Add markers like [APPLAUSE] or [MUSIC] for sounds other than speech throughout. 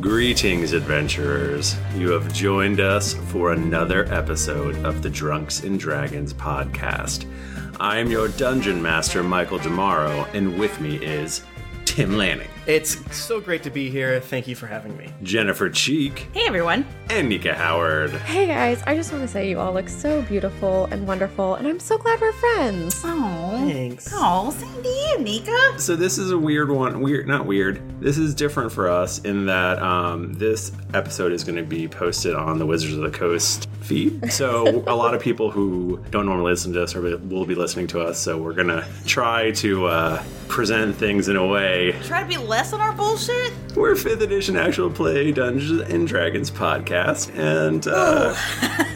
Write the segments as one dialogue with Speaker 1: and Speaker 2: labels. Speaker 1: Greetings, adventurers. You have joined us for another episode of the Drunks and Dragons podcast. I am your dungeon master, Michael Damaro, and with me is Tim Lanning,
Speaker 2: It's so great to be here. Thank you for having me.
Speaker 1: Jennifer Cheek,
Speaker 3: Hey everyone.
Speaker 1: and Nika Howard.
Speaker 4: Hey guys, I just want to say you all look so beautiful and wonderful, and I'm so glad we're friends.
Speaker 3: Oh.
Speaker 2: Thanks.
Speaker 3: Oh, same to you, Nika.
Speaker 1: So this is a weird one. Weird, not weird. This is different for us in that um, this episode is going to be posted on the Wizards of the Coast feed. So a lot of people who don't normally listen to us are, will be listening to us. So we're going to try to uh, present things in a way.
Speaker 3: Try to be less on our bullshit.
Speaker 1: We're fifth edition actual play Dungeons and Dragons podcast, and uh,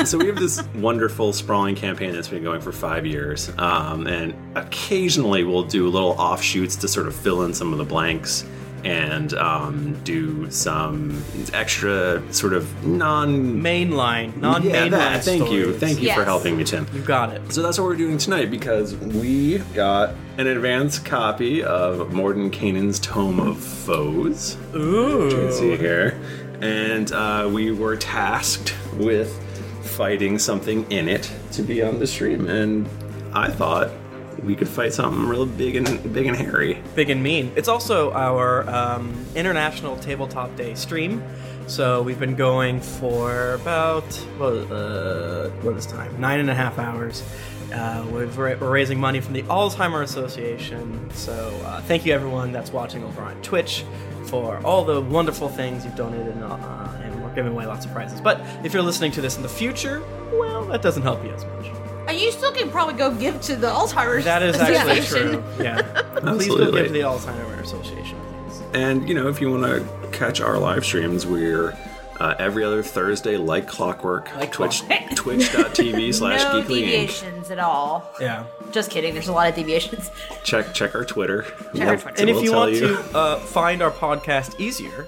Speaker 1: so we have this wonderful sprawling campaign that's been going for five years. Um, and occasionally we'll do little offshoots to sort of fill in some of the blanks and um, do some extra sort of non
Speaker 2: Mainline, non mainline.
Speaker 1: yeah, that- thank you,
Speaker 2: stories.
Speaker 1: thank you for
Speaker 3: Yes.
Speaker 1: helping me, Tim.
Speaker 2: You got it.
Speaker 1: So that's what we're doing tonight because we got an advance copy of Morden Kanan's Tome of Foes. Ooh. You can see here. And uh, we were tasked with fighting something in it to be on the stream. And I thought we could fight something real big and big and hairy.
Speaker 2: Big and mean. It's also our um, International Tabletop Day stream. So we've been going for about, well, uh, what is time? Nine and a half hours. Uh, we've, ra- we're raising money from the Alzheimer Association. So uh, thank you, everyone that's watching over on Twitch for all the wonderful things you've donated. And, uh, and we're giving away lots of prizes. But if you're listening to this in the future, well, that doesn't help you as much.
Speaker 3: And you still can probably go give to the Alzheimer's [LAUGHS]
Speaker 2: That is actually
Speaker 3: Association.
Speaker 2: true. Yeah. Please go
Speaker 1: Absolutely.
Speaker 2: give to the Alzheimer Association. please.
Speaker 1: And you know, if you want to catch our live streams, we're uh, every other Thursday, like clockwork,
Speaker 2: Like
Speaker 1: Twitch,
Speaker 3: clockwork. [LAUGHS]
Speaker 1: twitch.tv slash
Speaker 3: No
Speaker 1: geekly inc.
Speaker 3: deviations at all.
Speaker 2: Yeah.
Speaker 3: Just kidding. There's a lot of deviations.
Speaker 1: Check check our Twitter.
Speaker 3: Check our Twitter.
Speaker 1: It
Speaker 2: And
Speaker 1: will
Speaker 2: if you
Speaker 1: tell
Speaker 2: want to uh, find our podcast easier,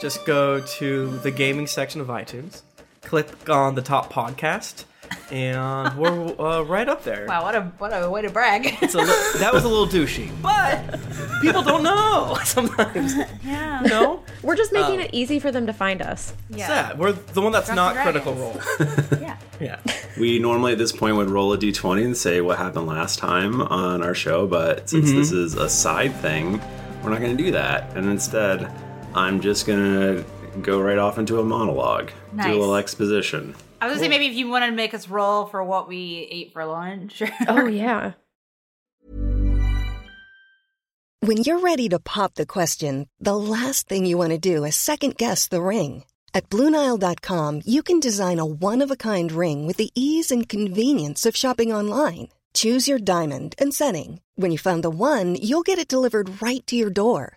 Speaker 2: just go to the gaming section of iTunes, click on the top podcast, and we're uh, right up there.
Speaker 3: Wow, what a what a way to brag. [LAUGHS]
Speaker 2: It's a li- that was a little douchey,
Speaker 3: but
Speaker 2: but people don't know [LAUGHS] sometimes.
Speaker 3: [LAUGHS] yeah,
Speaker 2: No,
Speaker 4: We're just making it easy for them to find us.
Speaker 3: yeah,
Speaker 2: yeah. we're the one that's
Speaker 3: Drunken
Speaker 2: not critical role.
Speaker 3: Dragons. yeah.
Speaker 2: Yeah,
Speaker 1: we normally at this point would roll a d20 and say what happened last time on our show, but since
Speaker 3: Mm-hmm.
Speaker 1: this is a side thing, we're not going to do that. And instead, I'm just going to go right off into a monologue, do
Speaker 3: Nice.
Speaker 1: a little exposition.
Speaker 3: I was gonna say maybe if you wanted to make us roll for what we ate for lunch. [LAUGHS]
Speaker 4: Oh, yeah.
Speaker 5: When you're ready to pop the question, the last thing you want to do is second guess the ring. At Bluenile.com, you can design a one of a kind ring with the ease and convenience of shopping online. Choose your diamond and setting. When you find the one, you'll get it delivered right to your door.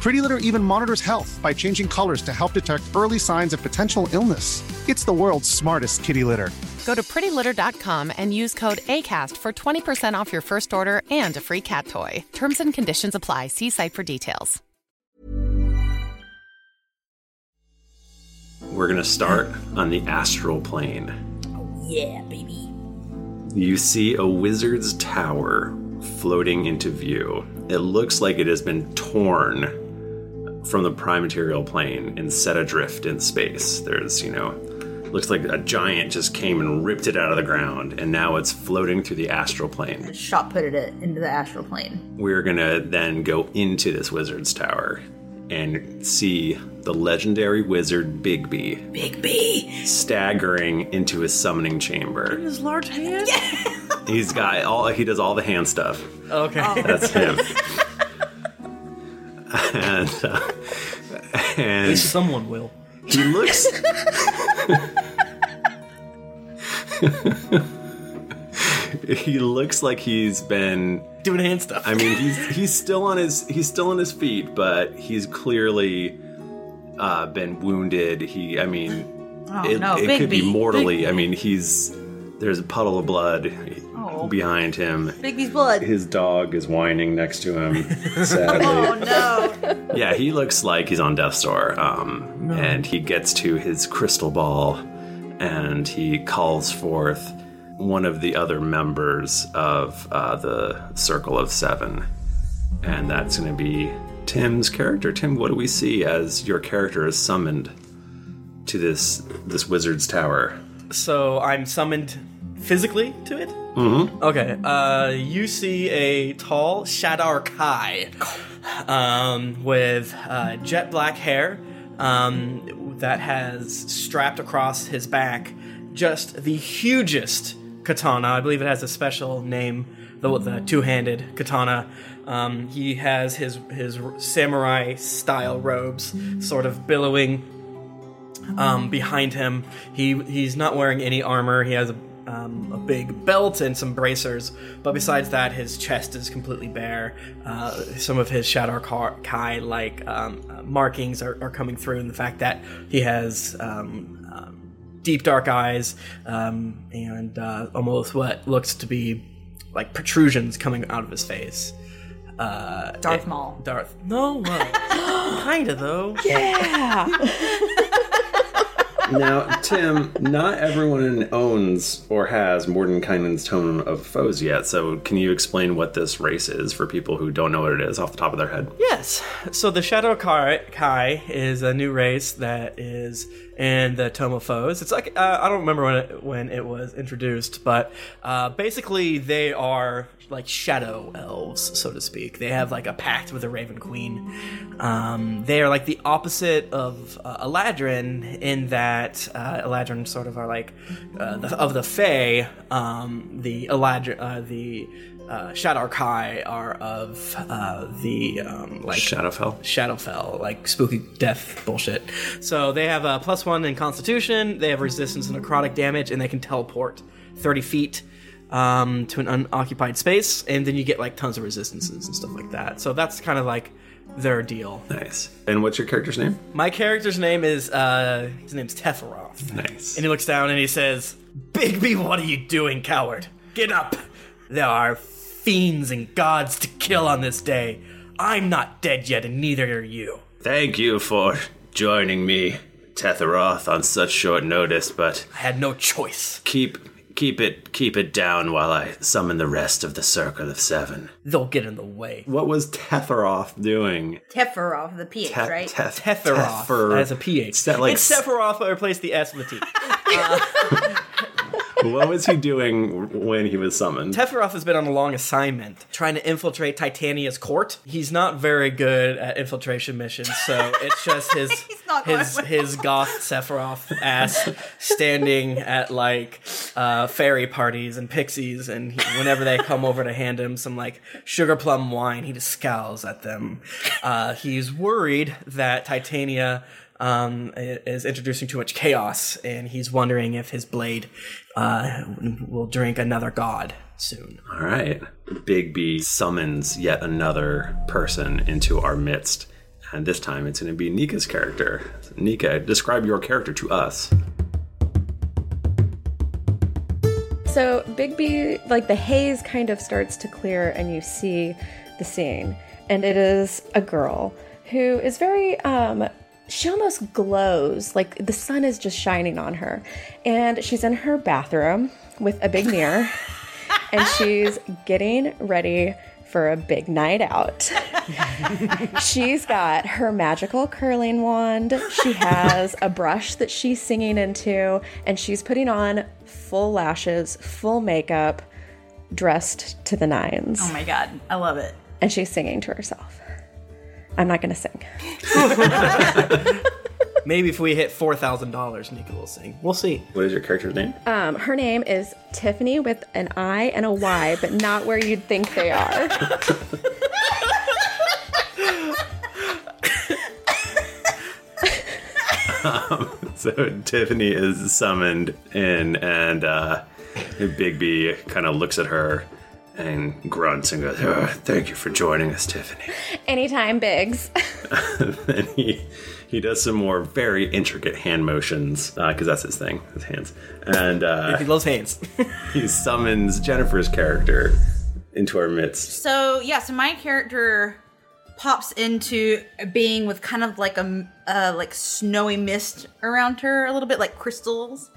Speaker 6: Pretty Litter even monitors health by changing colors to help detect early signs of potential illness. It's the world's smartest kitty litter.
Speaker 7: Go to prettylitter.com and use code ACAST for 20% off your first order and a free cat toy. Terms and conditions apply. See site for details.
Speaker 1: we're going to start on the astral plane.
Speaker 8: Yeah, baby.
Speaker 1: You see a wizard's tower floating into view. It looks like it has been torn from the prime material plane and set adrift in space. There's, you know, looks like a giant just came and ripped it out of the ground, and now it's floating through the astral plane.
Speaker 8: Shot put it into the astral plane.
Speaker 1: We're gonna then go into this wizard's tower and see the legendary wizard Bigby
Speaker 8: Big B.
Speaker 1: staggering into his summoning chamber.
Speaker 2: His large hand.
Speaker 1: He's got all he does all the hand stuff.
Speaker 2: Okay.
Speaker 3: Oh.
Speaker 1: That's him. and uh,
Speaker 2: At
Speaker 1: and
Speaker 2: least someone will.
Speaker 1: he looks he looks like he's been
Speaker 2: doing hand stuff.
Speaker 1: I mean, he's he's still on his he's still on his feet, but he's clearly uh, been wounded. He, I mean,
Speaker 3: Oh,
Speaker 1: it,
Speaker 3: no,
Speaker 1: it
Speaker 3: Big
Speaker 1: could be
Speaker 3: B,
Speaker 1: mortally.
Speaker 3: Big
Speaker 1: I mean, he's there's a puddle of blood
Speaker 3: Oh.
Speaker 1: behind him.
Speaker 3: Bigby's blood.
Speaker 1: His dog is whining next to him. Sadly. yeah, he looks like he's on death's door. Um,
Speaker 2: No.
Speaker 1: And he gets to his crystal ball and he calls forth one of the other members of uh, the Circle of Seven. And that's going to be Tim's character. Tim, what do we see as your character is summoned to this this wizard's tower?
Speaker 2: So I'm summoned physically to it.
Speaker 1: Mm-hmm.
Speaker 2: Okay. Uh, you see a tall Shadar Kai, um, with uh, jet black hair, um, that has strapped across his back just the hugest katana. I believe it has a special name, the, the uh, two-handed katana. Um, he has his his samurai style robes, sort of billowing um, behind him. He he's not wearing any armor. He has a, um, a big belt and some bracers, but besides that, his chest is completely bare. Uh, some of his Shadar Ka- Kai like um, uh, markings are, are coming through, and the fact that he has um, um, deep dark eyes um, and uh, almost what looks to be like protrusions coming out of his face. Uh,
Speaker 3: Darth
Speaker 2: it-
Speaker 3: Maul.
Speaker 2: Darth. No, what? [GASPS] kinda though.
Speaker 3: Yeah.
Speaker 1: Now, Tim, not everyone owns or has Mordenkainen's Tome of Foes yet, so can you explain what this race is for people who don't know what it is off the top of their head?
Speaker 2: Yes. So the Shadow Kai, Kai is a new race that is in the Tome of Foes. It's like uh, I don't remember when it, when it was introduced, but uh, basically they are like shadow elves, so to speak. They have like a pact with the Raven Queen. Um, they are like the opposite of uh, Eladrin in that uh, Eladrin sort of are like uh, the, of the Fae. Um, the Eladrin, uh, the uh, Shadar Kai are of uh, the um, like
Speaker 1: Shadowfell.
Speaker 2: Shadowfell, like spooky death bullshit. So they have a plus one in Constitution. They have resistance to necrotic damage, and they can teleport thirty feet um, to an unoccupied space. And then you get like tons of resistances and stuff like that. So that's kind of like their deal.
Speaker 1: Nice. And what's your character's name?
Speaker 2: My character's name is uh, his name's Teferoth.
Speaker 1: Nice.
Speaker 2: And he looks down and he says, "Bigby, what are you doing, coward? Get up! There are fiends and gods to kill on this day. I'm not dead yet, and neither are you."
Speaker 1: Thank you for joining me, Tetheroth, on such short notice, but
Speaker 2: I had no choice.
Speaker 1: keep keep it keep it down while I summon the rest of the Circle of Seven.
Speaker 2: They'll get in the way.
Speaker 1: What was Tetheroth doing?
Speaker 8: Teferov, the PH, right?
Speaker 2: Tetheroth. As a PH.
Speaker 1: like
Speaker 2: it's Sephiroth, but replace the S with a T.
Speaker 1: what was he doing when he was summoned?
Speaker 2: Teferoth has been on a long assignment trying to infiltrate Titania's court. He's not very good at infiltration missions,
Speaker 8: [LAUGHS]
Speaker 2: so it's just his
Speaker 8: not going
Speaker 2: his
Speaker 8: well.
Speaker 2: his goth Sephiroth ass standing at like uh, fairy parties and pixies, and he, whenever they come over to hand him some like sugar plum wine, he just scowls at them. Uh, he's worried that Titania. Um, i- is introducing too much chaos, and he's wondering if his blade uh, will drink another god soon.
Speaker 1: All right. Big B summons yet another person into our midst. And this time it's going to be Nika's character. Nika, describe your character to us.
Speaker 4: So Bigby, like the haze kind of starts to clear and you see the scene. And it is a girl who is very um she almost glows like the sun is just shining on her and she's in her bathroom with a big mirror and she's getting ready for a big night
Speaker 3: [LAUGHS]
Speaker 4: out she's got her magical curling wand she has a brush that she's singing into and she's putting on full lashes full makeup dressed to the nines
Speaker 3: Oh my god, I love it.
Speaker 4: and she's singing to herself i'm not gonna
Speaker 3: [LAUGHS]
Speaker 4: sing
Speaker 2: Maybe if we hit four thousand dollars, Nika will sing. We'll see.
Speaker 1: What is your character's name?
Speaker 4: Um, her name is Tiffany with an I and a Y, but not where you'd think they are.
Speaker 1: Um, [LAUGHS] so Tiffany is summoned in, and uh, Bigby kind of looks at her and grunts and goes, "Ugh, "Thank you for joining us, Tiffany."
Speaker 4: Anytime, Biggs.
Speaker 1: [LAUGHS] and he he does some more very intricate hand motions because that's his thing, his hands. And uh, he
Speaker 2: loves hands. [LAUGHS]
Speaker 1: he summons Jennifer's character into our midst.
Speaker 3: So yeah, so my character pops into being with kind of like a uh, like snowy mist around her, a little bit like crystals,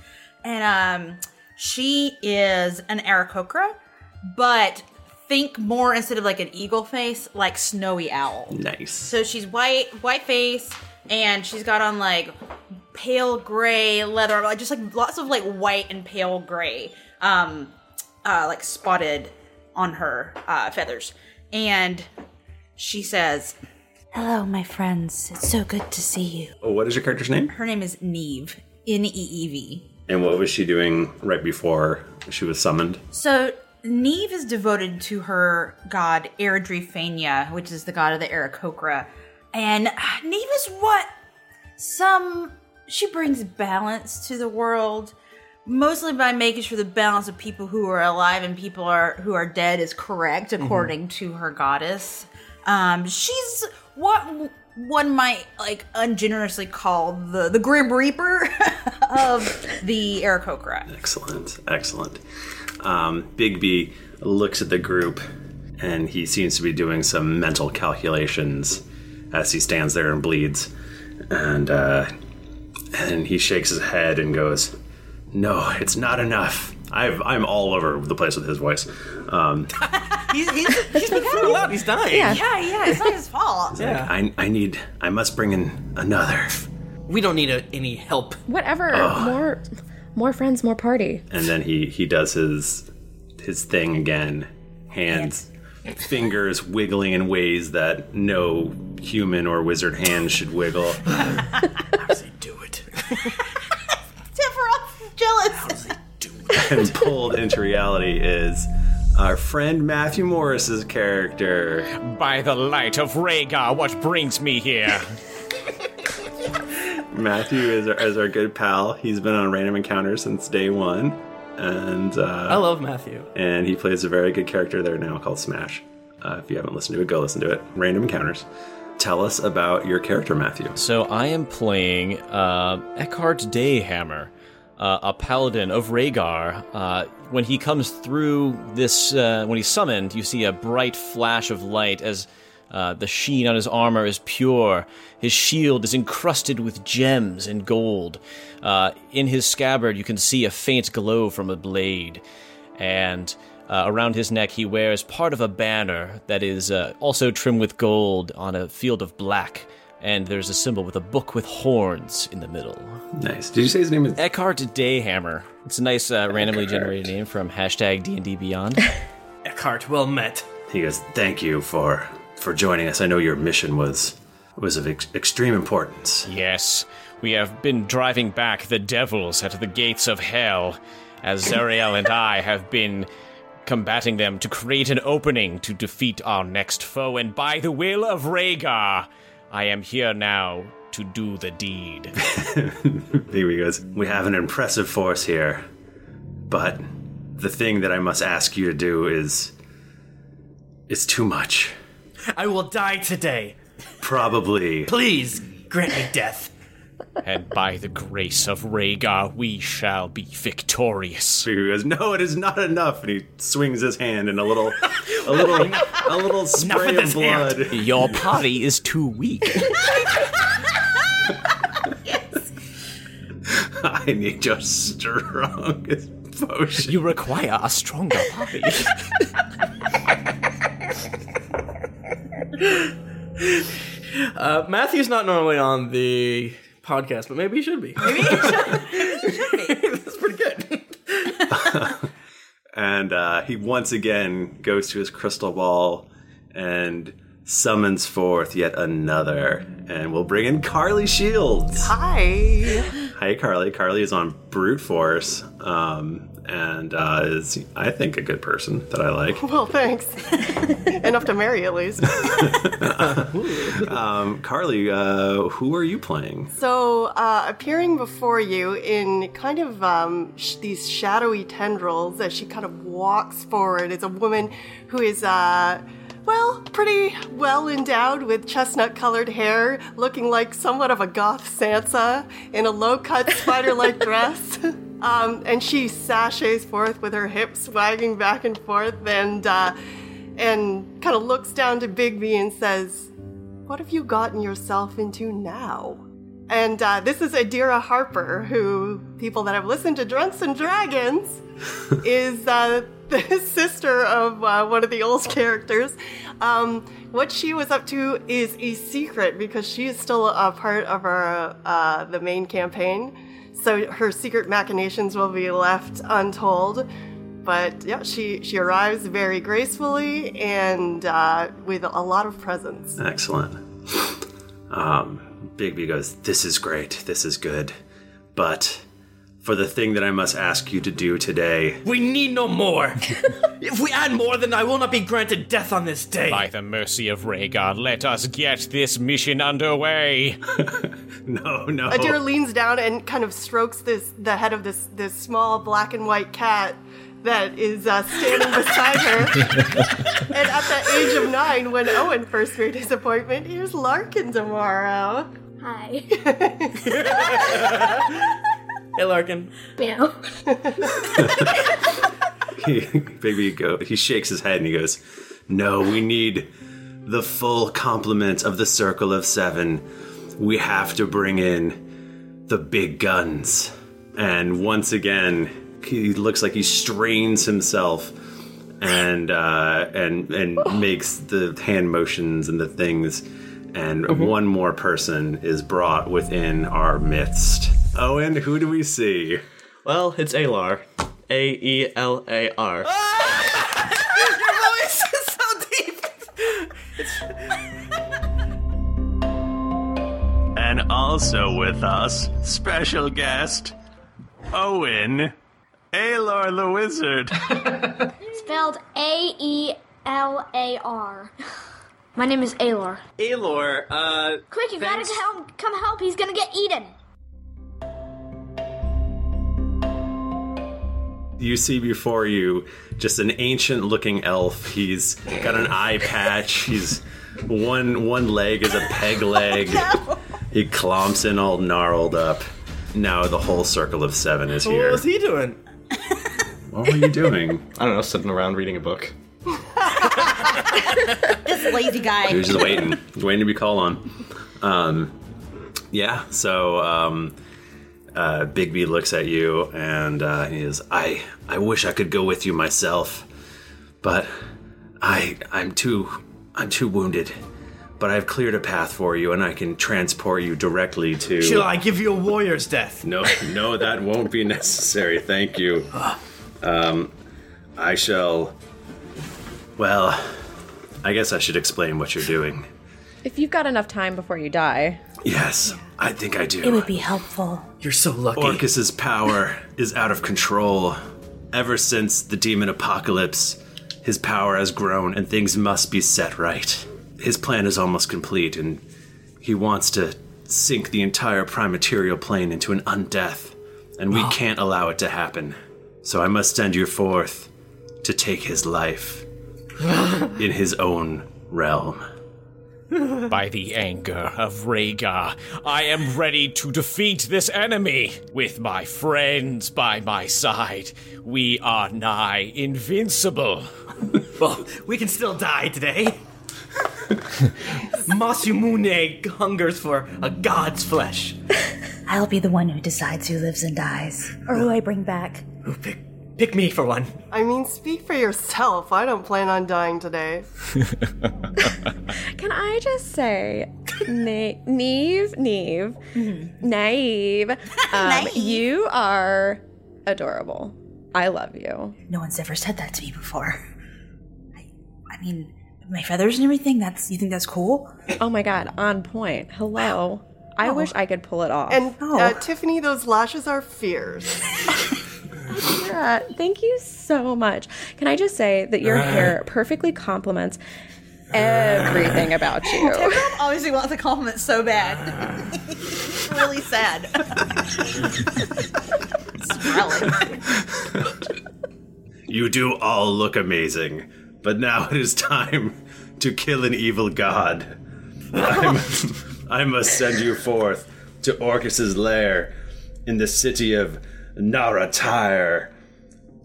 Speaker 3: and um, she is an Aarakocra, but think more instead of like an eagle face, like snowy owl.
Speaker 1: Nice.
Speaker 3: So she's white, white face, and she's got on like pale gray leather, like just like lots of like white and pale gray, um, uh, like spotted on her uh, feathers. And she says, "Hello, my friends. It's so good to see you."
Speaker 1: Oh, what is your character's name?
Speaker 3: Her name is Neve, N E E V.
Speaker 1: And what was she doing right before she was summoned?
Speaker 3: So Neve is devoted to her god Eridrifania, which is the god of the Aarakocra. And ah, Neve is what some she brings balance to the world, mostly by making sure the balance of people who are alive and people are who are dead is correct
Speaker 8: Mhm.
Speaker 3: according to her goddess. Um, she's what w- one might like ungenerously call the the grim reaper [LAUGHS] of the Aarakocra.
Speaker 1: Excellent, excellent. Um, Bigby looks at the group and he seems to be doing some mental calculations as he stands there and bleeds. And, uh, and he shakes his head and goes, No, it's not enough. I've, I'm all over the place with his voice. Um,
Speaker 3: He's, [LAUGHS] he's, he's been
Speaker 2: thrown out. [LAUGHS] He's dying.
Speaker 3: Yeah, yeah. It's not his
Speaker 2: [LAUGHS]
Speaker 3: fault.
Speaker 1: he's like, I, I need, I must bring in another.
Speaker 2: We don't need a, any help.
Speaker 4: Whatever.
Speaker 1: Ugh.
Speaker 4: More, more friends, more party.
Speaker 1: and then he he does his his thing again hands fingers wiggling in ways that no human or wizard hand should wiggle
Speaker 3: Sephiroth's jealous.
Speaker 1: and pulled into reality is our friend matthew morris's character
Speaker 9: by the light of Rhaegar, what brings me here?
Speaker 1: matthew is our, is our good pal he's been on random Encounters since day one and uh,
Speaker 2: I love Matthew.
Speaker 1: and he plays a very good character there now called smash uh, if you haven't listened to it go listen to it random encounters tell us about your character matthew
Speaker 9: So I am playing uh, Eckhart Dayhammer, uh, a paladin of Rhaegar. Uh, when he comes through this, uh, when he's summoned, you see a bright flash of light as uh, the sheen on his armor is pure. His shield is encrusted with gems and gold. Uh, in his scabbard, you can see a faint glow from a blade and uh, around his neck he wears part of a banner that is uh, also trimmed with gold on a field of black and there's a symbol with a book with horns in the middle
Speaker 1: nice did you say his name is
Speaker 9: eckhart dayhammer it's a nice uh, randomly generated name from hashtag d&d beyond
Speaker 2: eckhart well met
Speaker 1: He goes, "Thank you for for joining us. I know your mission was was of ex- extreme importance." [LAUGHS]
Speaker 9: Yes, [LAUGHS] we have been driving back the devils at the gates of hell, as Zariel and I have been combating them to create an opening to defeat our next foe, and by the will of Rhaegar, I am here now to do the deed.
Speaker 1: He goes, "We have an impressive force here, but the thing that I must ask you to do is is too much.
Speaker 2: I will die today.
Speaker 1: [LAUGHS] Probably.
Speaker 2: Please grant me death.
Speaker 9: and by the grace of Rhaegar, we shall be victorious.
Speaker 1: He goes, "No, it is not enough." And he swings his hand and a little a
Speaker 2: [LAUGHS]
Speaker 1: little a
Speaker 2: Oh,
Speaker 1: little spray
Speaker 9: with
Speaker 1: of
Speaker 9: this
Speaker 1: blood.
Speaker 9: hand. Your party is too weak.
Speaker 1: I need your strongest potion.
Speaker 9: You require a stronger puppy.
Speaker 1: [LAUGHS]
Speaker 2: Uh, Matthew's not normally on the podcast, but maybe he should be. Maybe
Speaker 1: and uh, he once again goes to his crystal ball and summons forth yet another. And we'll bring in Carly Shields. [LAUGHS]
Speaker 10: Hi.
Speaker 1: Hi, Carly. Carly is on brute force, um, and uh, is I think a good person that
Speaker 10: [LAUGHS]
Speaker 1: I like. [LAUGHS]
Speaker 10: Well, thanks. Enough to marry, at least.
Speaker 1: um, Carly, uh, who are you playing?
Speaker 10: So, uh, appearing before you in kind of um, sh- these shadowy tendrils as she kind of walks forward is a woman who is, uh, well, pretty well endowed with chestnut colored hair, looking like somewhat of a goth Sansa in a low cut spider like dress. Um, and she sashays forth with her hips wagging back and forth and, uh, and kind of looks down to Bigby and says, What have you gotten yourself into now? And uh, this is Adira Harper, who people that have listened to Drunks and Dragons is uh, the [LAUGHS] sister of uh, one of the old characters. Um, what she was up to is a secret because she is still a part of our uh, the main campaign. So her secret machinations will be left untold. But yeah, she she arrives very gracefully and uh, with a lot of presence.
Speaker 1: Excellent. Um, Bigby goes, This is great. This is good. But for the thing that I must ask you to do today,
Speaker 2: [LAUGHS] We need no more. if we add more, then I will not be granted death on this day.
Speaker 9: By the mercy of Rhaegar, let us get this mission underway.
Speaker 1: [LAUGHS] no, no.
Speaker 10: Adira leans down and kind of strokes this the head of this this small black and white cat that is uh, standing beside her. and at the age of nine, when Owen first made his appointment, here's Larkin tomorrow.
Speaker 4: [LAUGHS]
Speaker 10: Hi.
Speaker 2: Hey, Larkin.
Speaker 10: Meow.
Speaker 1: he, Bigby go, he shakes his head and he goes, No, we need the full complement of the Circle of Seven. We have to bring in the big guns. And once again, he looks like he strains himself and uh, and and makes the hand motions and the things. And one more person is brought within our midst. Owen, who do we see?
Speaker 11: Well, it's Alar. A E L A R.
Speaker 2: Your voice is so deep.
Speaker 12: And also with us, special guest, Owen Alor the Wizard.
Speaker 13: Spelled A E L A R. My name is Alor.
Speaker 11: Alor, uh.
Speaker 13: Quick, you
Speaker 11: thanks-
Speaker 13: gotta help, come help. He's gonna get eaten.
Speaker 1: you see before you just an ancient looking elf he's got an eye patch he's one one leg is a peg leg he clomps in all gnarled up now the whole circle of seven is
Speaker 2: What
Speaker 1: here
Speaker 2: was he doing?
Speaker 1: what were you doing
Speaker 11: I don't know, sitting around reading a book.
Speaker 3: [LAUGHS] this lazy guy.
Speaker 1: he was just
Speaker 2: [LAUGHS]
Speaker 1: waiting waiting to be called on um, yeah so um, uh, bigby looks at you and uh, he is i i wish i could go with you myself but I I'm too I'm too wounded. But I've cleared a path for you and I can transport you directly to
Speaker 2: Shall I give you a warrior's death?
Speaker 1: No no that won't be necessary, thank you. Um I shall Well I guess I should explain what you're doing.
Speaker 4: If you've got enough time before you die,
Speaker 1: Yes, I think I do.
Speaker 4: be helpful.
Speaker 2: You're so lucky.
Speaker 1: Orcus's power is out of control. Ever since the demon apocalypse, his power has grown and things must be set right. His plan is almost complete and he wants to sink the entire primaterial plane into an undeath, and we
Speaker 14: Wow.
Speaker 1: can't allow it to happen. So I must send you forth to take his
Speaker 2: [LAUGHS]
Speaker 1: life in his own realm.
Speaker 9: By the anger of Rhaegar, I am ready to defeat this enemy. With my friends by my side, we are nigh invincible.
Speaker 2: [LAUGHS] well, we can still die today. Masumune hungers for a god's flesh.
Speaker 8: I'll be the one who decides who lives and dies, or who I bring back.
Speaker 2: Pick me for one.
Speaker 10: [LAUGHS] I mean, speak for yourself. I don't plan on dying today.
Speaker 4: Can I just say, Na- Neve, Neve, Mm-hmm. [LAUGHS] Naive, um, you are adorable. I love you.
Speaker 3: No one's ever said that to me before. I, I mean, my feathers and everything. That's you think that's cool?
Speaker 4: Oh my god, on point. Hello. I wish I could pull it off.
Speaker 10: And
Speaker 3: Oh.
Speaker 10: uh, Tiffany, those lashes are fierce.
Speaker 4: Yeah, thank you so much. Can I just say that your
Speaker 10: Uh.
Speaker 4: hair perfectly complements everything about you?
Speaker 3: Mom obviously wants a compliment so bad.
Speaker 1: Ah.
Speaker 3: [LAUGHS] really
Speaker 1: [LAUGHS]
Speaker 3: sad.
Speaker 1: You do all look amazing, but now [LAUGHS] it is time to kill an evil god. I'm- [LAUGHS] I must send you forth to Orcus's lair in the city of Naratire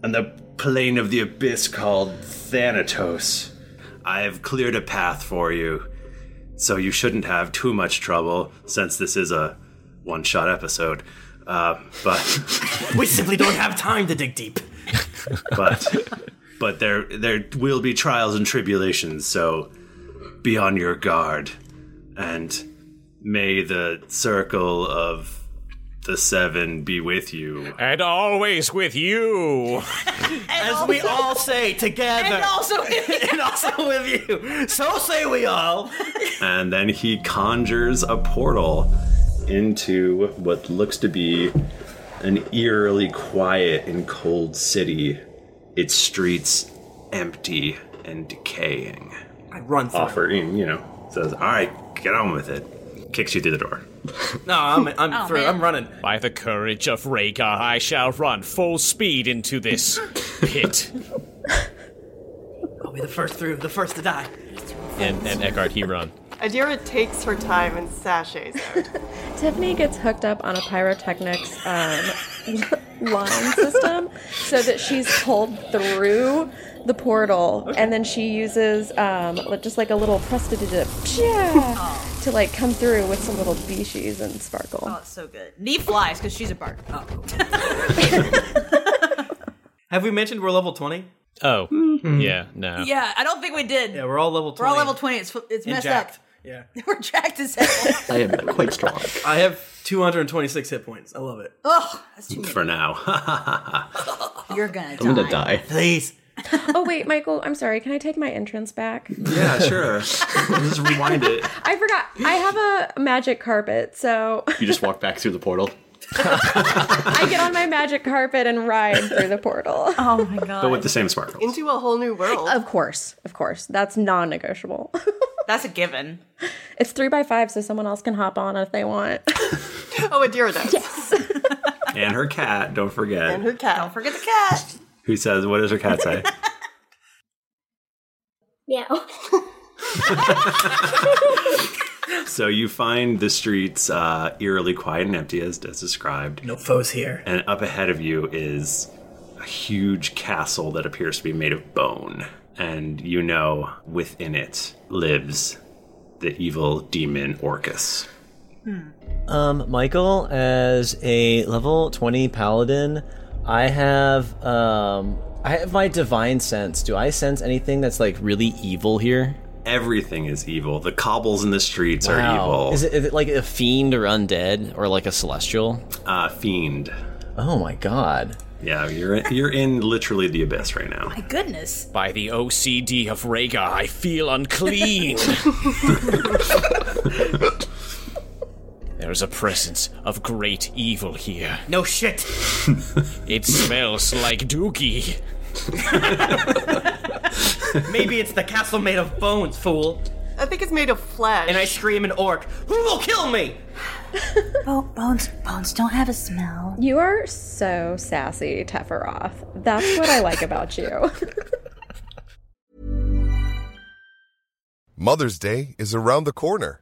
Speaker 1: on the plain of the abyss called Thanatos. I have cleared a path for you, so you shouldn't have too much trouble since this is a one shot episode. Uh, but
Speaker 2: [LAUGHS] We simply don't have time to dig deep.
Speaker 1: but but there there will be trials and tribulations so be on your guard and may the circle of the seven be with you
Speaker 9: and always with you
Speaker 2: As we all say together.
Speaker 1: And also
Speaker 2: [LAUGHS] and also with you. So say we all.
Speaker 1: and then he conjures a portal into what looks to be an eerily quiet and cold city its streets empty and decaying
Speaker 2: i run through.
Speaker 1: offering you know says all right get on with it kicks you through the door
Speaker 2: No, I'm, I'm
Speaker 9: [LAUGHS] Oh,
Speaker 2: through.
Speaker 9: man.
Speaker 2: I'm running.
Speaker 9: By the courage of Rhaegar, I shall run full speed into [LAUGHS] this pit.
Speaker 2: I'll be the first through, the first to die.
Speaker 9: and, and Eckhart, he run.
Speaker 10: Adira takes her time and sashays out.
Speaker 4: [LAUGHS] Tiffany gets hooked up on a pyrotechnics um, [LAUGHS] line system so that she's pulled through the portal, and then she uses um, li- just like a little prestidigit to like come through with some little beeshies and sparkle.
Speaker 3: Oh, it's so good. Knee flies because she's a bard. Oh.
Speaker 2: Have we mentioned we're level 20?
Speaker 9: Oh,
Speaker 1: Mm-hmm.
Speaker 9: yeah, no.
Speaker 3: Yeah, I don't think we did.
Speaker 2: Yeah, we're all level 20.
Speaker 3: We're all level 20. It's, it's
Speaker 2: And
Speaker 3: messed
Speaker 2: jacked.
Speaker 3: up.
Speaker 2: Yeah.
Speaker 3: [LAUGHS] We're jacked as
Speaker 2: [LAUGHS]
Speaker 3: hell.
Speaker 2: I am quite strong. I have 226 hit points. I love it.
Speaker 3: oh, that's too
Speaker 1: for now.
Speaker 3: many. You're gonna die.
Speaker 1: die.
Speaker 2: Please.
Speaker 4: oh wait, Michael, I'm sorry. Can I take my entrance back?
Speaker 1: Yeah,
Speaker 15: [LAUGHS]
Speaker 1: sure. Just rewind it.
Speaker 4: I forgot. I have a magic carpet, so
Speaker 14: You just walk back through the portal.
Speaker 4: I get on my magic carpet and ride through the [LAUGHS] portal.
Speaker 3: Oh my
Speaker 2: Uh,
Speaker 3: god.
Speaker 1: But with the same
Speaker 15: [LAUGHS]
Speaker 1: sparkle.
Speaker 10: Into a whole new world.
Speaker 4: Of course, of course. That's non negotiable.
Speaker 3: That's a given.
Speaker 4: [LAUGHS] It's three by five, so someone else can hop on if they want. [LAUGHS]
Speaker 10: oh, Adira does.
Speaker 1: And her cat, don't forget.
Speaker 10: her cat.
Speaker 3: Don't forget the cat.
Speaker 1: Who says, what does her cat
Speaker 2: [LAUGHS]
Speaker 1: say?
Speaker 4: [LAUGHS]
Speaker 13: Meow.
Speaker 1: so you find the streets uh, eerily quiet and empty, as, as described.
Speaker 2: No foes here.
Speaker 1: And up ahead of you is a huge castle that appears to be made of bone. And you know within it lives the evil demon Orcus.
Speaker 9: Um, Michael, as a level 20 paladin, I have um I have my divine sense. Do I sense anything that's like really evil here?
Speaker 1: Everything is evil. The cobbles in the streets are
Speaker 9: Wow.
Speaker 1: evil.
Speaker 9: Is it, is it like a fiend or undead or like a celestial?
Speaker 1: Uh, fiend.
Speaker 9: Oh my god.
Speaker 1: Yeah, you're in, you're in literally the abyss right now.
Speaker 3: My goodness.
Speaker 9: By the OCD of Rhaegar, I feel [LAUGHS] unclean. there is a presence of great evil here.
Speaker 2: No shit.
Speaker 9: [LAUGHS] It smells like dookie.
Speaker 2: Maybe it's the castle made of bones, fool.
Speaker 10: I think it's made of flesh.
Speaker 2: And I scream an orc, who will kill me?
Speaker 3: Bo- bones, bones don't have a smell.
Speaker 4: You are so sassy, Tefferoth. That's what I like about [LAUGHS] you.
Speaker 16: Mother's Day is around the corner.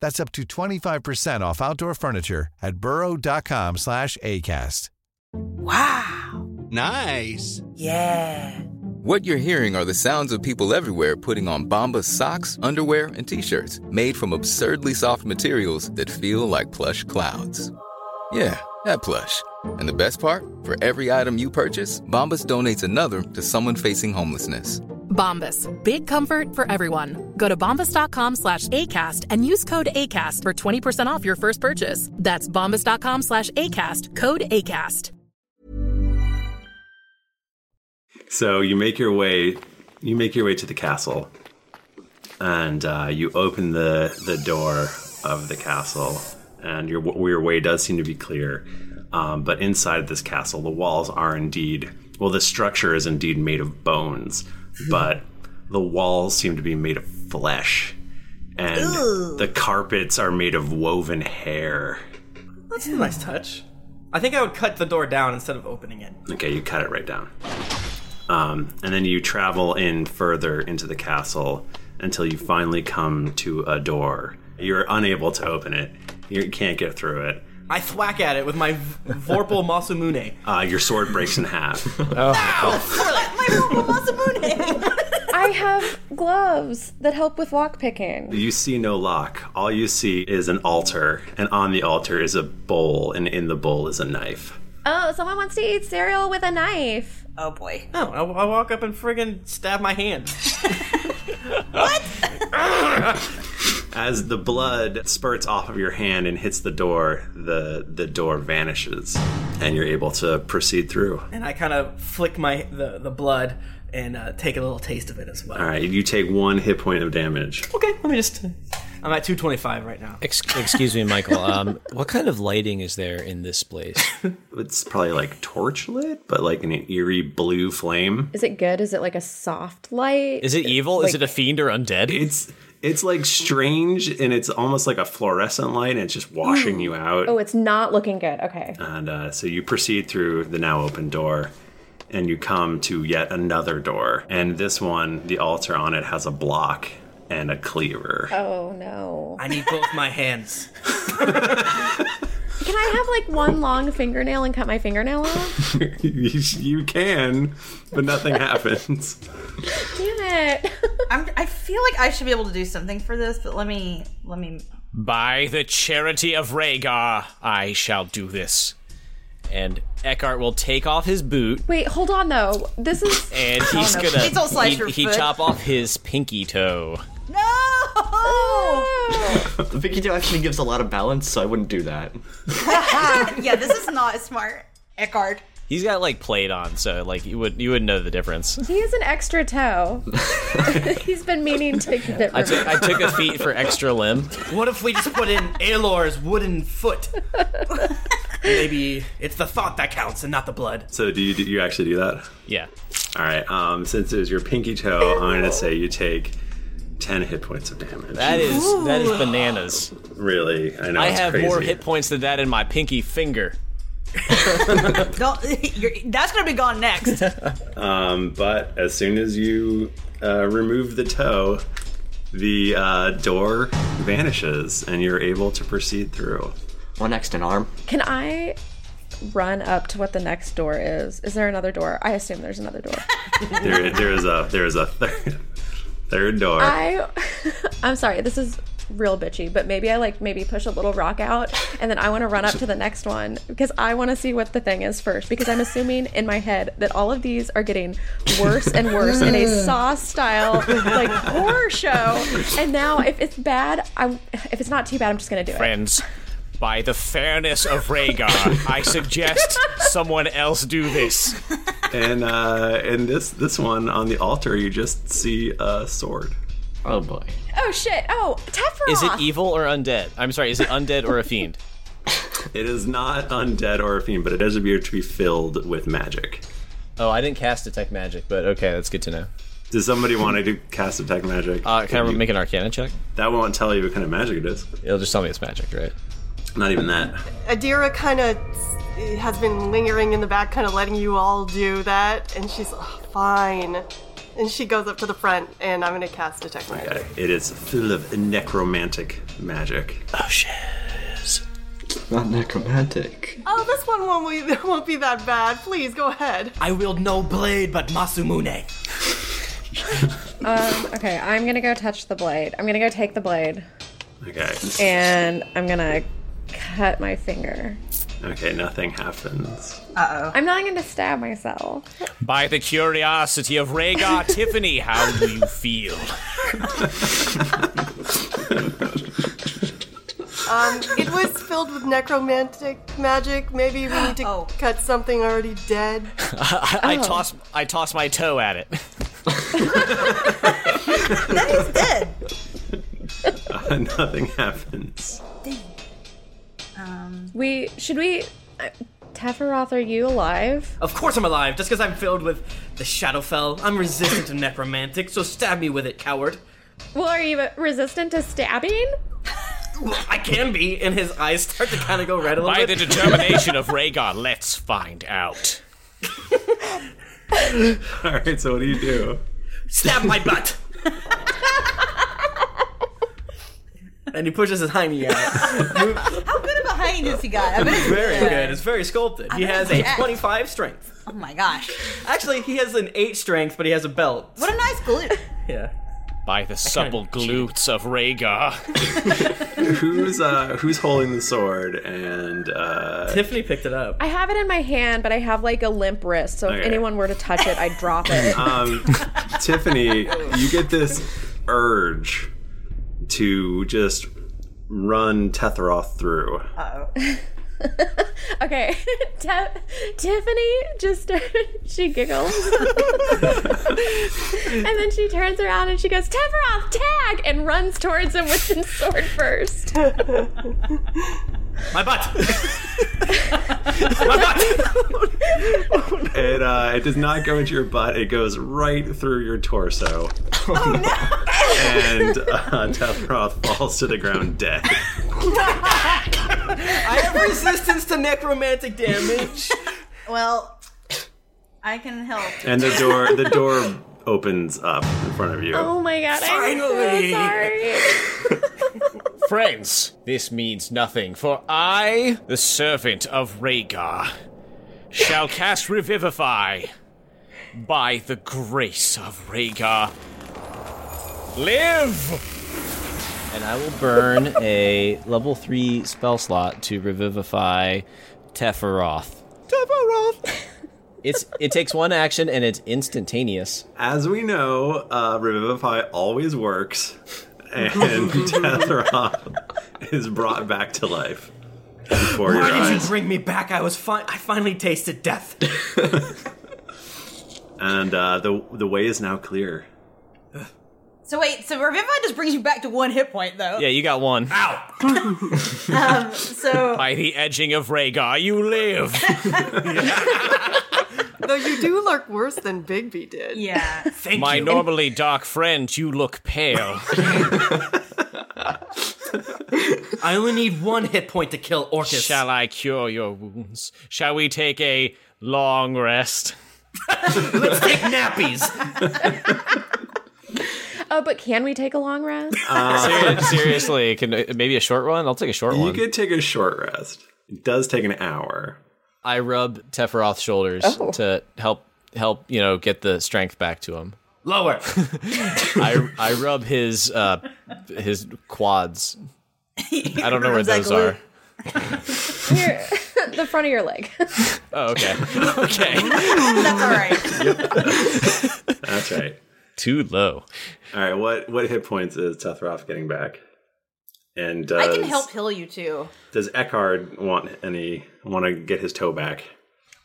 Speaker 17: That's up to 25% off outdoor furniture at burrow.com slash ACAST.
Speaker 18: Nice.
Speaker 8: Yeah.
Speaker 18: What you're hearing are the sounds of people everywhere putting on Bombas socks, underwear, and t-shirts made from absurdly soft materials that feel like plush clouds. Yeah, that plush. And the best part? For every item you purchase, Bombas donates another to someone facing homelessness.
Speaker 7: Bombas. Big comfort for everyone. Go to bombas.com slash ACAST and use code ACAST for 20% off your first purchase. That's bombas.com slash ACAST. Code ACAST.
Speaker 1: So you make your way, you make your way to the castle, and uh, you open the the door of the castle, and your your way does seem to be clear. Um, but inside this castle, the walls are indeed well, the structure is indeed made of bones, but the walls seem to be made of flesh, and
Speaker 2: Ooh.
Speaker 1: the carpets are made of woven hair.
Speaker 2: That's a nice touch. I think I would cut the door down instead of opening it.
Speaker 1: Okay, you cut it right down. Um, and then you travel in further into the castle until you finally come to a door. You're unable to open it, you can't get through it.
Speaker 2: I thwack at it with my v- Vorpal Masumune.
Speaker 1: Uh, your sword breaks in half.
Speaker 4: I have gloves that help with lock picking.
Speaker 1: You see no lock. All you see is an altar, and on the altar is a bowl, and in the bowl is a knife.
Speaker 4: Oh, someone wants to eat cereal with a knife.
Speaker 3: Oh boy.
Speaker 2: No, I, I walk up and friggin' stab my hand.
Speaker 1: As the blood spurts off of your hand and hits the door, the the door vanishes, and you're able to proceed through.
Speaker 2: and I kind of flick my the, the blood and uh, take a little taste of it as well.
Speaker 1: All right, you take one hit point of damage.
Speaker 2: Okay, let me just. uh, I'm at 225 right now.
Speaker 9: Ex- excuse me, Michael. Um, what kind of lighting is there in this place?
Speaker 1: It's probably like torch lit, but like in an eerie blue flame.
Speaker 4: Is it good? Is it like a soft light?
Speaker 1: Is it evil?
Speaker 4: Is Like-
Speaker 1: it
Speaker 9: a fiend or undead?
Speaker 1: It's it's like strange, and it's almost like a fluorescent light, and it's just washing you out.
Speaker 4: Oh, it's not looking good. Okay.
Speaker 1: And uh, so you proceed through the now open door, and you come to yet another door. And this one, the altar on it has a block and a cleaver.
Speaker 4: Oh no.
Speaker 2: I need both my hands.
Speaker 4: Can I have like one long fingernail and cut my fingernail off?
Speaker 1: you [LAUGHS] you can, but nothing happens.
Speaker 4: Damn it. [LAUGHS]
Speaker 3: I'm, I feel like I should be able to do something for this, but let me
Speaker 4: [LAUGHS]
Speaker 3: let me.
Speaker 9: By the charity of Rhaegar, I shall do this. And Eckhart will take off his boot
Speaker 4: Wait, hold on though. This is
Speaker 9: and
Speaker 4: Oh,
Speaker 9: he's
Speaker 4: no.
Speaker 9: gonna
Speaker 4: Please don't slice
Speaker 9: he,
Speaker 4: your
Speaker 9: he
Speaker 4: foot.
Speaker 9: chop off his pinky toe.
Speaker 4: Oh!
Speaker 11: The Vicky Joe actually gives a lot of balance, so I wouldn't do that.
Speaker 3: [LAUGHS] yeah, this is not smart. Eckhart.
Speaker 9: He's got like plate on, so like you would you wouldn't know the
Speaker 2: [LAUGHS]
Speaker 9: difference.
Speaker 4: He is an extra toe. He's been meaning to get
Speaker 9: I
Speaker 4: rid
Speaker 9: took
Speaker 4: of.
Speaker 9: I took a feet for extra limb.
Speaker 2: What if we just put in Aelor's wooden foot? Maybe it's the thought that counts and not the blood.
Speaker 1: So do you do you actually do that?
Speaker 9: Yeah.
Speaker 1: All right. Um, since it was your pinky toe, I'm gonna say you take ten hit points of damage.
Speaker 9: That is that is bananas.
Speaker 1: Really, I know.
Speaker 9: I
Speaker 1: it's
Speaker 9: have
Speaker 1: crazy.
Speaker 9: more hit points than that in my pinky finger.
Speaker 3: Don't, [LAUGHS] you're, that's gonna be gone
Speaker 2: [LAUGHS]
Speaker 3: next.
Speaker 1: Um, but as soon as you uh, remove the toe, the uh, door vanishes, and you're able to proceed through.
Speaker 11: One next an arm.
Speaker 4: Can I run up to what the next door is. Is there another door? I assume there's another door.
Speaker 1: There, there is a there is a third, [LAUGHS] third door.
Speaker 4: I [LAUGHS] I'm sorry, this is real bitchy, but maybe I like maybe push a little rock out and then I want to run up to the next one because I want to see what the thing is first because I'm assuming in my head that all of these are getting worse and worse in a saw style like horror show. And now if it's bad, I if it's not too bad, I'm just going to do it.
Speaker 9: Friends, by the fairness of Rhaegar, I suggest someone else do this.
Speaker 1: [LAUGHS] And uh, in this this one on the altar, you just see a sword.
Speaker 9: Oh boy!
Speaker 4: Oh shit. Oh, Tefroth.
Speaker 9: Is it e- evil or undead? I'm sorry, is it undead or a fiend?
Speaker 1: It is not undead or a fiend, but it does appear to be filled with magic.
Speaker 9: Oh, I didn't cast detect magic, but okay, that's good to know.
Speaker 1: Does somebody want to do cast detect magic?
Speaker 9: Uh, can I make an Arcana check?
Speaker 1: That won't tell you what kind of magic it is.
Speaker 9: It'll just tell me it's magic, right?
Speaker 1: Not even that.
Speaker 10: Adira kind of has been lingering in the back, kind of letting you all do that, and she's "Oh, fine. And she goes up to the front, and I'm gonna cast detect magic.
Speaker 1: Okay, It is full of necromantic magic. Oh shit!
Speaker 15: Not necromantic.
Speaker 10: Oh, this one won't be, won't be that bad. Please go ahead.
Speaker 2: I wield no blade but Masumune.
Speaker 4: Um, okay, I'm going to go touch the blade. I'm going to go take the blade
Speaker 1: Okay.
Speaker 4: and I'm going to cut my finger.
Speaker 1: Okay, nothing happens.
Speaker 4: Uh-oh. I'm not going to stab myself.
Speaker 9: By the curiosity of
Speaker 2: [LAUGHS]
Speaker 9: Rhaegar, Tiffany, how do you feel? [LAUGHS]
Speaker 10: Um, it was filled with necromantic magic. Maybe we
Speaker 3: [GASPS]
Speaker 10: need to
Speaker 3: Oh.
Speaker 10: cut something already dead.
Speaker 9: I, I
Speaker 2: Oh.
Speaker 9: toss I toss my toe at it.
Speaker 2: [LAUGHS]
Speaker 1: Uh, nothing happens.
Speaker 4: Um, we should we uh, Teferath, are you alive?
Speaker 2: Of course I'm alive, just because I'm filled with the Shadowfell. I'm resistant to necromantic, so stab me with it, coward.
Speaker 4: Well, are you resistant to stabbing?
Speaker 2: I can be, and his eyes start to kind of go red a little
Speaker 9: By the
Speaker 2: bit.
Speaker 9: determination
Speaker 2: [LAUGHS]
Speaker 9: of Rhaegar, let's find out.
Speaker 1: All right, so what do you do?
Speaker 2: Stab my butt. and he pushes his
Speaker 10: [LAUGHS]
Speaker 2: hiney out.
Speaker 3: How good of a highness he got. I bet
Speaker 2: it's
Speaker 3: it's
Speaker 2: very good. It's very sculpted. He has a
Speaker 3: Yes.
Speaker 2: 25 strength.
Speaker 3: Oh my gosh.
Speaker 2: Actually, he has an 8 strength, but he has
Speaker 10: [LAUGHS]
Speaker 2: a belt.
Speaker 3: What a nice glue.
Speaker 2: Yeah.
Speaker 9: By the supple glutes of Rhaegar.
Speaker 1: who's uh, who's holding the sword? And uh,
Speaker 2: Tiffany picked it up.
Speaker 4: I have it in my hand, but I have like a limp wrist, so if
Speaker 1: Okay.
Speaker 4: anyone were to touch it, I'd drop it.
Speaker 1: [LAUGHS] Um, Tiffany, you get this urge to just run Tetheroth through.
Speaker 4: [LAUGHS] okay, [LAUGHS] Te- Tiffany just [LAUGHS] she giggles, and then she turns around and she goes Teferath, tag, and runs towards him with his sword first. [LAUGHS]
Speaker 2: My butt!
Speaker 1: It uh, it does not go into your butt. It goes right through your torso.
Speaker 2: Oh,
Speaker 1: and uh, Tetheroth falls to the ground dead.
Speaker 2: I have resistance to necromantic damage.
Speaker 3: Well, I can help.
Speaker 2: [LAUGHS]
Speaker 1: And the door the door opens up in front of you.
Speaker 4: Oh my god! I'm so
Speaker 9: Finally.
Speaker 4: sorry.
Speaker 9: Friends, this means nothing, for I, the servant of Rhaegar, shall cast Revivify by the grace of Rhaegar. Live! [LAUGHS] And I will burn a level 3 spell slot to Revivify Teferath. It's, it takes one action and it's instantaneous.
Speaker 1: As we know, uh, Revivify always works,
Speaker 2: [LAUGHS]
Speaker 1: and Tetheroth is brought back to life before your
Speaker 2: Why did
Speaker 1: eyes.
Speaker 2: you bring me back? I was fine. I finally tasted death.
Speaker 1: And uh, the the way is now clear.
Speaker 3: So wait, so Revivify just brings you back to one hit point though.
Speaker 9: Yeah, you got one. Ow!
Speaker 3: [LAUGHS] Um, so
Speaker 9: By the edging of Rhaegar, you live!
Speaker 10: Though you do look worse than Bigby did.
Speaker 3: Yeah.
Speaker 10: Thank
Speaker 9: My normally dark friend, you look pale.
Speaker 2: I only need one hit point to kill Orcus.
Speaker 9: Shall I cure your wounds? Shall we take a long rest?
Speaker 2: Let's take nappies.
Speaker 4: [LAUGHS] Oh, but can we take a long rest?
Speaker 9: Uh. seriously, can maybe a uh, short one? I'll take a short
Speaker 1: You
Speaker 9: one.
Speaker 1: could take a short rest. It does take an hour.
Speaker 9: I rub Tefferoth's shoulders to help help you know get the strength back to him.
Speaker 11: Lower.
Speaker 9: [LAUGHS] I I rub his uh his quads. I don't know where
Speaker 4: Rubs that
Speaker 9: those are.
Speaker 4: [LAUGHS] Here, [LAUGHS] the front of your leg. [LAUGHS]
Speaker 9: Oh, okay.
Speaker 3: [LAUGHS]
Speaker 9: okay.
Speaker 4: That's all right.
Speaker 1: [LAUGHS] That's right.
Speaker 9: Too low.
Speaker 1: All right. What what hit points is Tethroth getting back? And does,
Speaker 3: I can help heal you too.
Speaker 1: Does Eckhard want any want to get his toe back?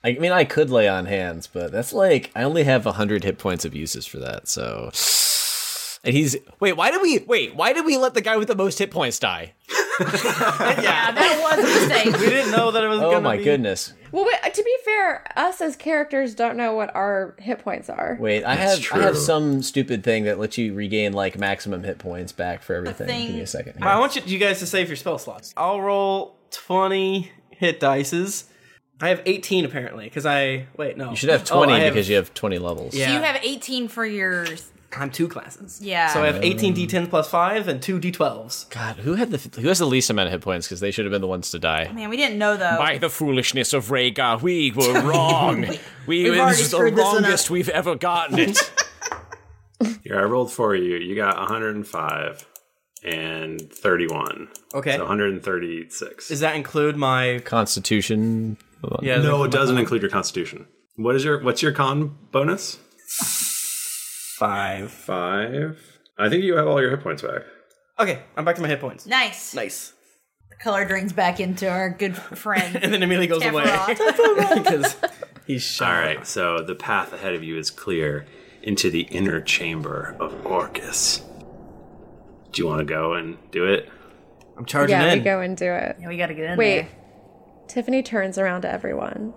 Speaker 9: I mean, I could lay on hands, but that's like I only have hundred hit points of uses for that. So, and he's wait. Why did we wait? Why did we let the guy with the most hit points die?
Speaker 3: Yeah, that was a mistake.
Speaker 2: we didn't know that it was.
Speaker 9: Oh
Speaker 2: gonna
Speaker 9: my
Speaker 2: be-
Speaker 9: goodness!
Speaker 4: Well, wait, to be fair, us as characters don't know what our hit points are.
Speaker 9: Wait, I have I have some stupid thing that lets you regain like maximum hit points back for everything. Give me a second. here.
Speaker 2: I want you, you guys to save your spell slots. I'll roll 20 hit dices. I have 18 apparently because I wait no.
Speaker 9: You should have
Speaker 2: Oh,
Speaker 9: twenty
Speaker 2: I
Speaker 9: because you have twenty levels.
Speaker 3: So you have 18 for yours.
Speaker 2: I'm two classes.
Speaker 3: Yeah.
Speaker 2: So I have 18 d10s plus five and two d12s.
Speaker 9: God, who had the who has the least amount of hit points? Because they should have been the ones to die.
Speaker 3: Man, we didn't know though.
Speaker 9: By the foolishness of Rhaegar, we were wrong. we
Speaker 3: We've already
Speaker 9: this is the
Speaker 3: screwed this one up.
Speaker 9: wrongest we've ever
Speaker 3: [LAUGHS]
Speaker 9: gotten it.
Speaker 1: Here, I rolled for you. You got 105 and 31.
Speaker 2: Okay.
Speaker 1: So 136.
Speaker 2: Does that include my
Speaker 9: Constitution?
Speaker 2: Yeah,
Speaker 1: no,
Speaker 2: the-
Speaker 1: it doesn't include your Constitution. What is your What's your con bonus?
Speaker 2: Five.
Speaker 1: Five. I think you have all your hit points back.
Speaker 2: Okay, I'm back to my hit points.
Speaker 3: Nice.
Speaker 2: Nice.
Speaker 3: The color drains back into our good friend.
Speaker 2: [LAUGHS] and then immediately goes away.
Speaker 3: [LAUGHS]
Speaker 2: because he's
Speaker 1: All right. So the path ahead of you is clear into the inner chamber of Orcus. Do you want to go and do it?
Speaker 2: I'm
Speaker 4: yeah, we go and do it.
Speaker 3: we gotta get in
Speaker 4: Wait, Tiffany turns around to everyone,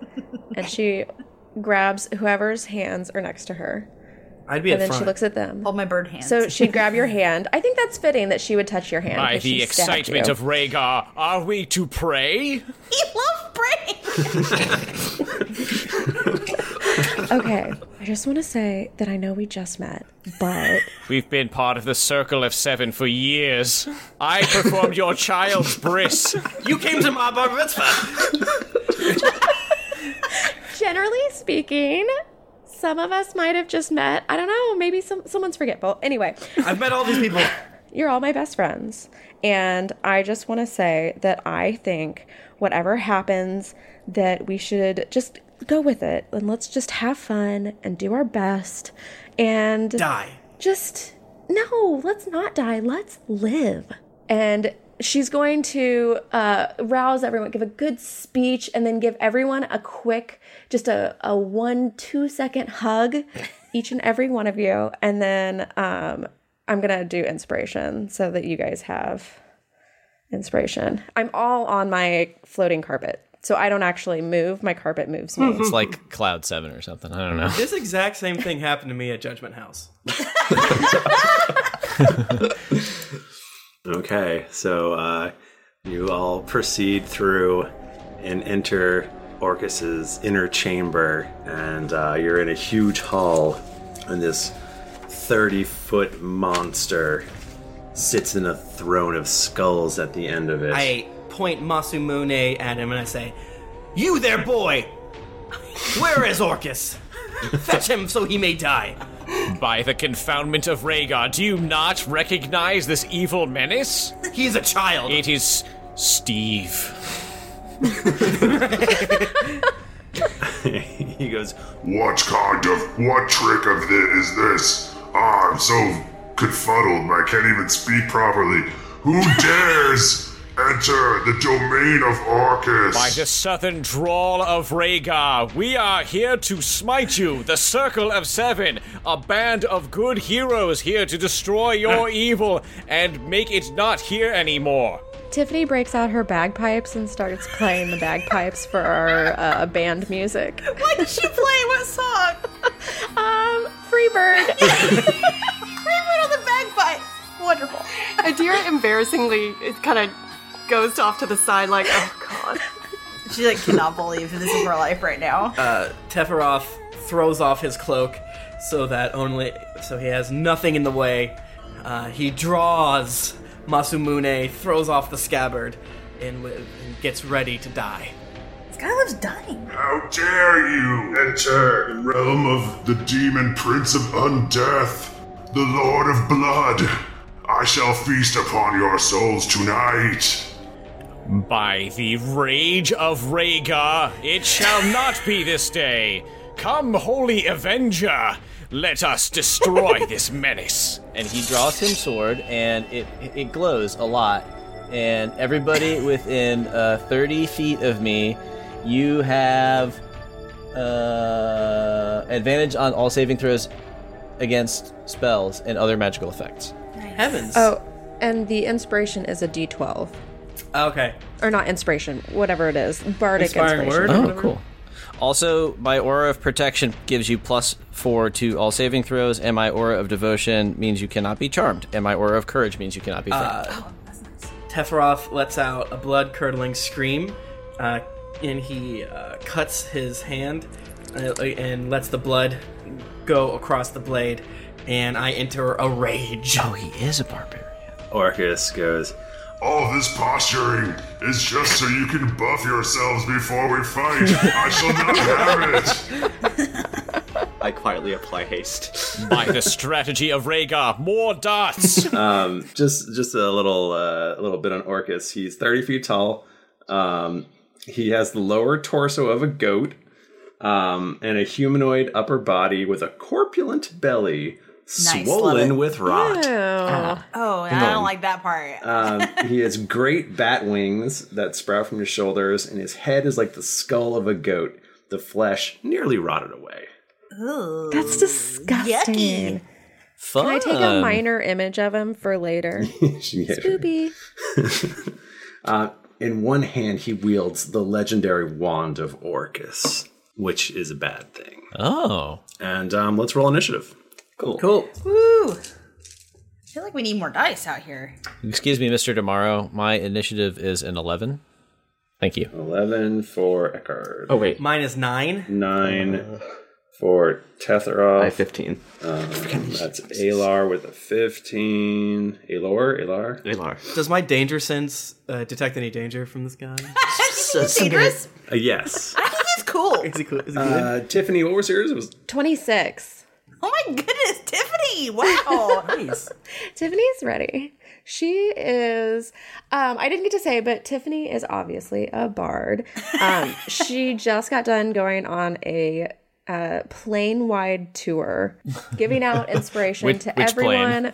Speaker 4: and she grabs whoever's hands are next to her.
Speaker 2: I'd be
Speaker 4: and
Speaker 2: at
Speaker 4: then she
Speaker 2: front.
Speaker 4: looks at them.
Speaker 3: Hold my bird hand.
Speaker 4: So she'd grab your hand. I think that's fitting that she would touch your hand.
Speaker 9: By
Speaker 4: 'cause
Speaker 9: the
Speaker 4: she stabbed
Speaker 9: excitement
Speaker 4: you.
Speaker 9: of Rhaegar, are we to pray?
Speaker 4: [LAUGHS] okay, I just want to say that I know we just met, but
Speaker 9: We've been part of the Circle of Seven for years. I performed
Speaker 3: [LAUGHS]
Speaker 9: your child's bris.
Speaker 2: You came to my bar mitzvah.
Speaker 4: [LAUGHS] generally speaking, some of us might have just met. I don't know. Maybe some someone's forgetful. Anyway,
Speaker 2: [LAUGHS] I've met all these people.
Speaker 4: you're all my best friends, and I just want to say that I think whatever happens, that we should just go with it and let's just have fun and do our best and
Speaker 2: die.
Speaker 4: Just no, let's not die. Let's live. And she's going to uh, rouse everyone, give a good speech, and then give everyone a quick, just a, a one, two second hug, [LAUGHS] each and every one of you. And then um, I'm going to do inspiration so that you guys have inspiration. I'm all on my floating carpet. So I don't actually move. My carpet moves me.
Speaker 9: it's like Cloud Seven or something. I don't know.
Speaker 2: This exact same thing happened to me at
Speaker 9: [LAUGHS]
Speaker 2: Judgment House.
Speaker 1: Okay, so uh, you all proceed through and enter Orcus's inner chamber, and uh, you're in a huge hall, and this 30 foot monster sits in a throne of skulls at the end of it.
Speaker 2: I point Masumune at him and I say, You there, boy! Where is Orcus? Fetch him so he may die.
Speaker 9: By the confoundment of Rhaegar, do you not recognize this evil menace?
Speaker 2: He's a child.
Speaker 9: It is Steve.
Speaker 1: he goes,
Speaker 10: What kind of what trick of this is this? Ah, I'm so confuddled. I can't even speak properly. Who
Speaker 1: [LAUGHS]
Speaker 10: dares enter the domain of Orcus?
Speaker 9: By the southern drawl of Rhaegar, we are here to smite you, the Circle of Seven, a band of good heroes here to destroy
Speaker 2: [LAUGHS]
Speaker 9: your evil and make it not here anymore.
Speaker 4: Tiffany breaks out her bagpipes and starts playing the bagpipes for our uh, band music.
Speaker 3: What did she play? What song?
Speaker 4: um,
Speaker 3: [LAUGHS]
Speaker 4: Freebird.
Speaker 10: Freebird on the bagpipes. Wonderful. Adira embarrassingly it kind of goes off to the side like, oh god.
Speaker 3: She like cannot believe this is her life right now.
Speaker 2: [LAUGHS] Uh, Teferoth throws off his cloak so that only so he has nothing in the way. Uh, he draws Masumune, throws off the scabbard, and, wi- and gets ready to die.
Speaker 3: It's
Speaker 8: Skylar's dying.
Speaker 10: How dare you enter the realm of the demon prince of undeath, the lord of blood? I shall feast upon your souls tonight.
Speaker 9: By the rage of Rhaegar, it shall not be this day. Come, holy avenger, let us destroy this menace. and he draws his sword, and it it glows a lot. And everybody within uh, 30 feet of me, you have uh, advantage on all saving throws against spells and other magical effects.
Speaker 2: Heavens.
Speaker 4: Oh, and the inspiration is a d12.
Speaker 2: Okay.
Speaker 4: Or not inspiration, whatever it is. Bardic
Speaker 2: Inspiring
Speaker 4: inspiration.
Speaker 2: word or Oh, whatever?
Speaker 9: cool. Also, my aura of protection gives you plus four to all saving throws, and my aura of devotion means you cannot be charmed, and my aura of courage means you cannot be frightened.
Speaker 2: Uh, Teferoth lets out a blood curdling scream, uh, and he uh, cuts his hand uh, and lets the blood go across the blade. And I enter a rage. Oh,
Speaker 9: he is a barbarian.
Speaker 1: Orcus goes,
Speaker 10: All this posturing is just so you can buff yourselves before we fight. I shall not have it.
Speaker 11: I quietly apply haste.
Speaker 9: By the strategy of Rhaegar, more darts.
Speaker 1: [LAUGHS] um, just just a little uh, little bit on Orcus. He's thirty feet tall. Um, he has the lower torso of a goat um, and a humanoid upper body with a corpulent belly
Speaker 3: Nice, love it.
Speaker 1: swollen with rot.
Speaker 3: Oh, and
Speaker 1: Come
Speaker 3: I don't
Speaker 1: on.
Speaker 3: like that part. [LAUGHS]
Speaker 1: Um, he has great bat wings that sprout from his shoulders, and his head is like the skull of a goat. The flesh nearly rotted away.
Speaker 3: Ooh.
Speaker 4: That's disgusting.
Speaker 1: Fun.
Speaker 4: Can I take a
Speaker 1: [LAUGHS]
Speaker 4: minor image of him for
Speaker 2: [LAUGHS]
Speaker 4: later?
Speaker 1: Yeah.
Speaker 4: Spoopy.
Speaker 1: Uh, in one hand, he wields the legendary wand of Orcus, which is a bad thing.
Speaker 9: Oh.
Speaker 1: And um, let's roll initiative. Cool.
Speaker 9: Cool.
Speaker 3: Woo! I feel like we need more dice out here.
Speaker 9: Excuse me, Mr. Tomorrow. My initiative is an 11. Thank you.
Speaker 1: 11 for Eckhard.
Speaker 9: Oh, wait.
Speaker 2: Mine is nine.
Speaker 1: Nine for Tetheroth. I
Speaker 11: 15.
Speaker 1: Um, that's Alar with a 15. Alor? Alar?
Speaker 11: Alar.
Speaker 2: Does my danger sense uh, detect any danger from this
Speaker 3: [LAUGHS]
Speaker 2: guy?
Speaker 3: it's dangerous?
Speaker 1: Uh, yes.
Speaker 3: [LAUGHS] I think it's cool.
Speaker 2: Is he cool? Is he
Speaker 1: Uh, Tiffany, what was yours? It was
Speaker 4: 26.
Speaker 3: Oh my goodness, Tiffany!
Speaker 6: [LAUGHS]
Speaker 3: Wow.
Speaker 2: nice.
Speaker 4: Tiffany's ready. She is. Um, I didn't get to say, but Tiffany is obviously a bard.
Speaker 3: [LAUGHS]
Speaker 4: Um, she just got done going on a uh, plane wide tour, giving
Speaker 6: [LAUGHS]
Speaker 4: out inspiration
Speaker 6: Which-
Speaker 4: to
Speaker 6: which plane?
Speaker 4: everyone.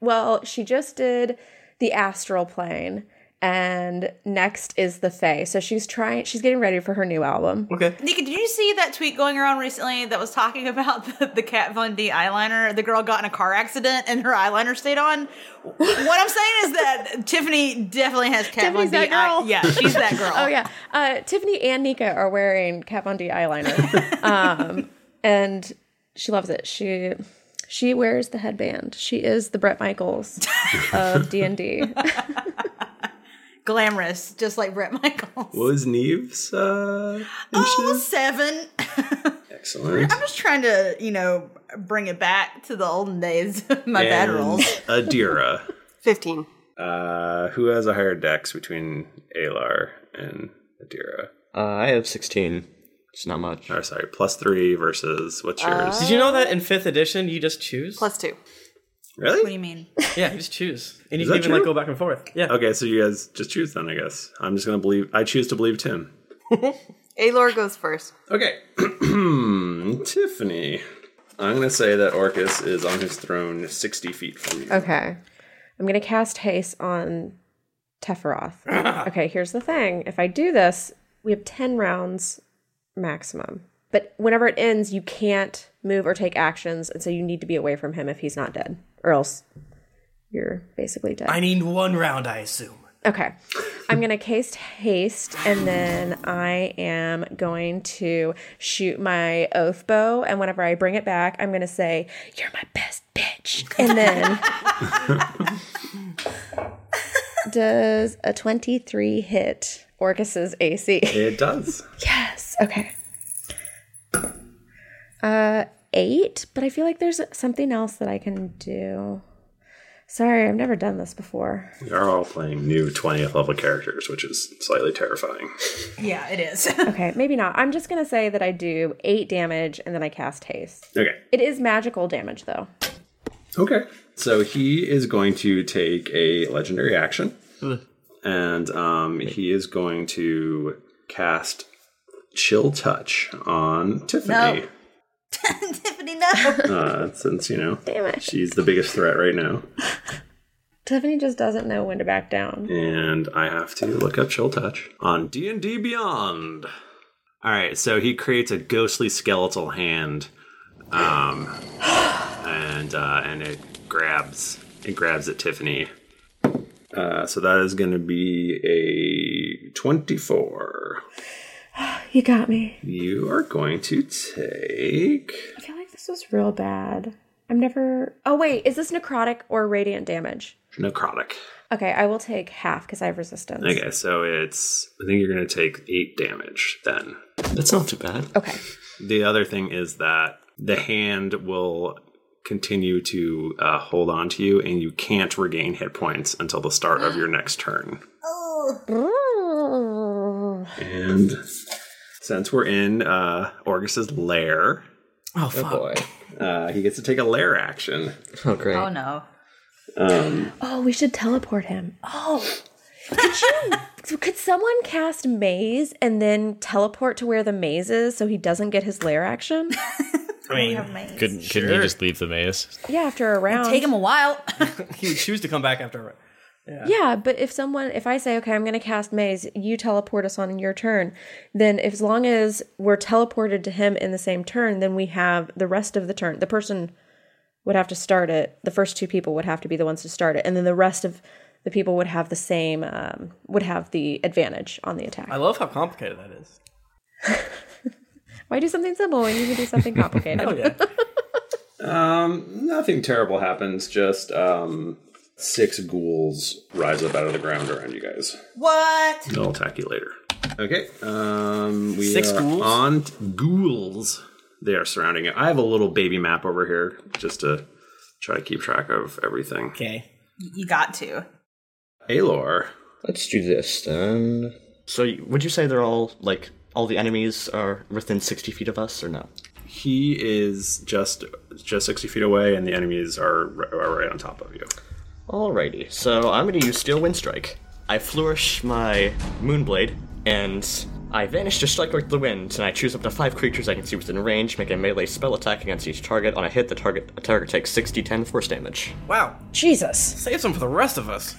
Speaker 4: Well, she just did the astral plane, and next is the Fae. So she's trying. She's getting ready for her new album.
Speaker 2: Okay.
Speaker 3: Nika, did you see that tweet going around recently that was talking [LAUGHS] about the, the Kat Von D eyeliner? The girl got in a car accident and her eyeliner stayed on. What I'm saying is that Tiffany definitely has Kat
Speaker 4: Tiffany's
Speaker 3: Von
Speaker 4: that
Speaker 3: D.
Speaker 4: girl.
Speaker 3: eye- yeah, she's that girl.
Speaker 4: [LAUGHS] oh yeah. Uh, Tiffany and Nika are wearing Kat Von D
Speaker 3: [LAUGHS]
Speaker 4: eyeliner, um, and she loves it. She she wears the headband. She is the Brett Michaels
Speaker 3: [LAUGHS]
Speaker 4: of D and D.
Speaker 3: Glamorous, just like Brett Michaels.
Speaker 1: What was Neve's? Uh,
Speaker 3: Oh, seven.
Speaker 1: excellent.
Speaker 3: I'm just trying to, you know, bring it back to the olden days of my bad
Speaker 1: And
Speaker 3: rolls.
Speaker 1: Adira.
Speaker 10: 15.
Speaker 1: Uh, who has a higher dex between Alar and Adira?
Speaker 11: Uh, I have 16. It's not much.
Speaker 1: Or sorry, plus three versus what's
Speaker 2: Uh,
Speaker 3: Uh,
Speaker 1: yours?
Speaker 2: Did you know that in fifth edition you just choose?
Speaker 10: Plus two.
Speaker 1: Really?
Speaker 3: do you mean?
Speaker 2: [LAUGHS] Yeah, you just choose, and you
Speaker 1: Is
Speaker 2: can
Speaker 1: that
Speaker 2: even like
Speaker 1: true?
Speaker 2: go back and forth. Yeah.
Speaker 1: Okay, so you guys just choose then, I guess. I'm just gonna believe. I choose to believe Tim. [CLEARS THROAT]
Speaker 10: Aelor goes first.
Speaker 1: Okay. Tiffany. I'm gonna say that Orcus is on his throne, sixty feet from you.
Speaker 4: Okay, I'm gonna cast haste on
Speaker 3: [LAUGHS]
Speaker 4: Teferath. okay, here's the thing. If I do this, we have ten rounds maximum. But whenever it ends, you can't move or take actions, and so you need to be away from him if he's not dead, or else you're basically dead.
Speaker 2: I need one round, I assume.
Speaker 4: Okay. I'm going to cast haste and then I am going to shoot my oath bow. And whenever I bring it back, I'm going to say, You're my best bitch. And then. does a 23 hit Orcus's AC?
Speaker 1: It does.
Speaker 4: Yes. Okay. Uh, eight, but I feel like there's something else that I can do. Sorry, I've never done this before.
Speaker 1: We are all playing new 20th level characters, which is slightly terrifying. [LAUGHS]
Speaker 4: Yeah, it
Speaker 3: [LAUGHS]
Speaker 4: is. okay, maybe not. I'm just gonna say that I do eight damage and then I cast haste.
Speaker 1: Okay.
Speaker 4: It is magical damage though.
Speaker 1: Okay. So he is going to take a legendary action, and um, he is going to cast Chill Touch on Tiffany.
Speaker 3: [LAUGHS] Tiffany, no.
Speaker 1: Uh, since you know
Speaker 4: [LAUGHS] Damn it.
Speaker 1: she's the biggest threat right now,
Speaker 4: Tiffany just doesn't know when to back down.
Speaker 1: and I have to look up Chill Touch on D and D Beyond. All right, so he creates a ghostly skeletal hand, um, and uh, and it grabs it grabs at Tiffany. Uh, so that is going to be a twenty-four.
Speaker 4: [GASPS] You got me.
Speaker 1: You are going to take.
Speaker 4: I feel like this was real bad. I'm never Oh wait, is this necrotic or radiant damage?
Speaker 1: Necrotic.
Speaker 4: Okay, I will take half because I have resistance.
Speaker 1: Okay, so it's. I think you're going to take eight damage then.
Speaker 15: That's not too bad.
Speaker 4: Okay.
Speaker 1: The other thing is that the hand will continue to uh, hold on to you, and you can't regain hit points until the start of your next turn.
Speaker 4: Oh.
Speaker 1: And since we're in uh, Orgus's lair,
Speaker 2: oh
Speaker 1: fuck, Uh, he gets to take a lair action.
Speaker 15: Oh great!
Speaker 3: Oh no.
Speaker 1: Um,
Speaker 4: Oh, we should teleport him. Oh. Could you [LAUGHS] could someone cast maze and then teleport to where the maze is so he doesn't get his lair
Speaker 3: [LAUGHS]
Speaker 4: action?
Speaker 9: I mean, couldn't couldn't you just leave the maze?
Speaker 4: yeah, after a round.
Speaker 3: Take him a while.
Speaker 2: [LAUGHS] he would choose to come back after. a-
Speaker 4: Yeah. but if someone if I say, okay, I'm gonna cast maze, you teleport us on your turn, then if, as long as we're teleported to him in the same turn, then we have the rest of the turn. The person would have to start it. The first two people would have to be the ones to start it, and then the rest of the people would have the same um, would have the advantage on the attack.
Speaker 2: I love how complicated that is.
Speaker 4: Why do something simple when you can do something complicated?
Speaker 1: Um, nothing terrible happens. Just um, six ghouls rise up out of the ground around you guys.
Speaker 3: What?
Speaker 1: They'll attack you later. Okay. Um, we
Speaker 2: Six
Speaker 1: are
Speaker 2: ghouls?
Speaker 1: on t- ghouls. They are surrounding it. I have a little baby map over here just to try to keep track of everything.
Speaker 2: Okay.
Speaker 3: You got to.
Speaker 1: Alor.
Speaker 15: Let's do this then. So, y- would you say they're all like all the enemies are within sixty feet of us, or no?
Speaker 1: He is just just sixty feet away, and the enemies are, ri- are right on top of you.
Speaker 15: Alrighty. So I'm gonna use Steel Wind Strike. I flourish my Moonblade, and I vanish to strike with the wind, and I choose up to five creatures I can see within range, make a melee spell attack against each target. On a hit, the target a target takes 6d10 force damage.
Speaker 2: Wow.
Speaker 4: Jesus.
Speaker 2: Save some for the rest of us.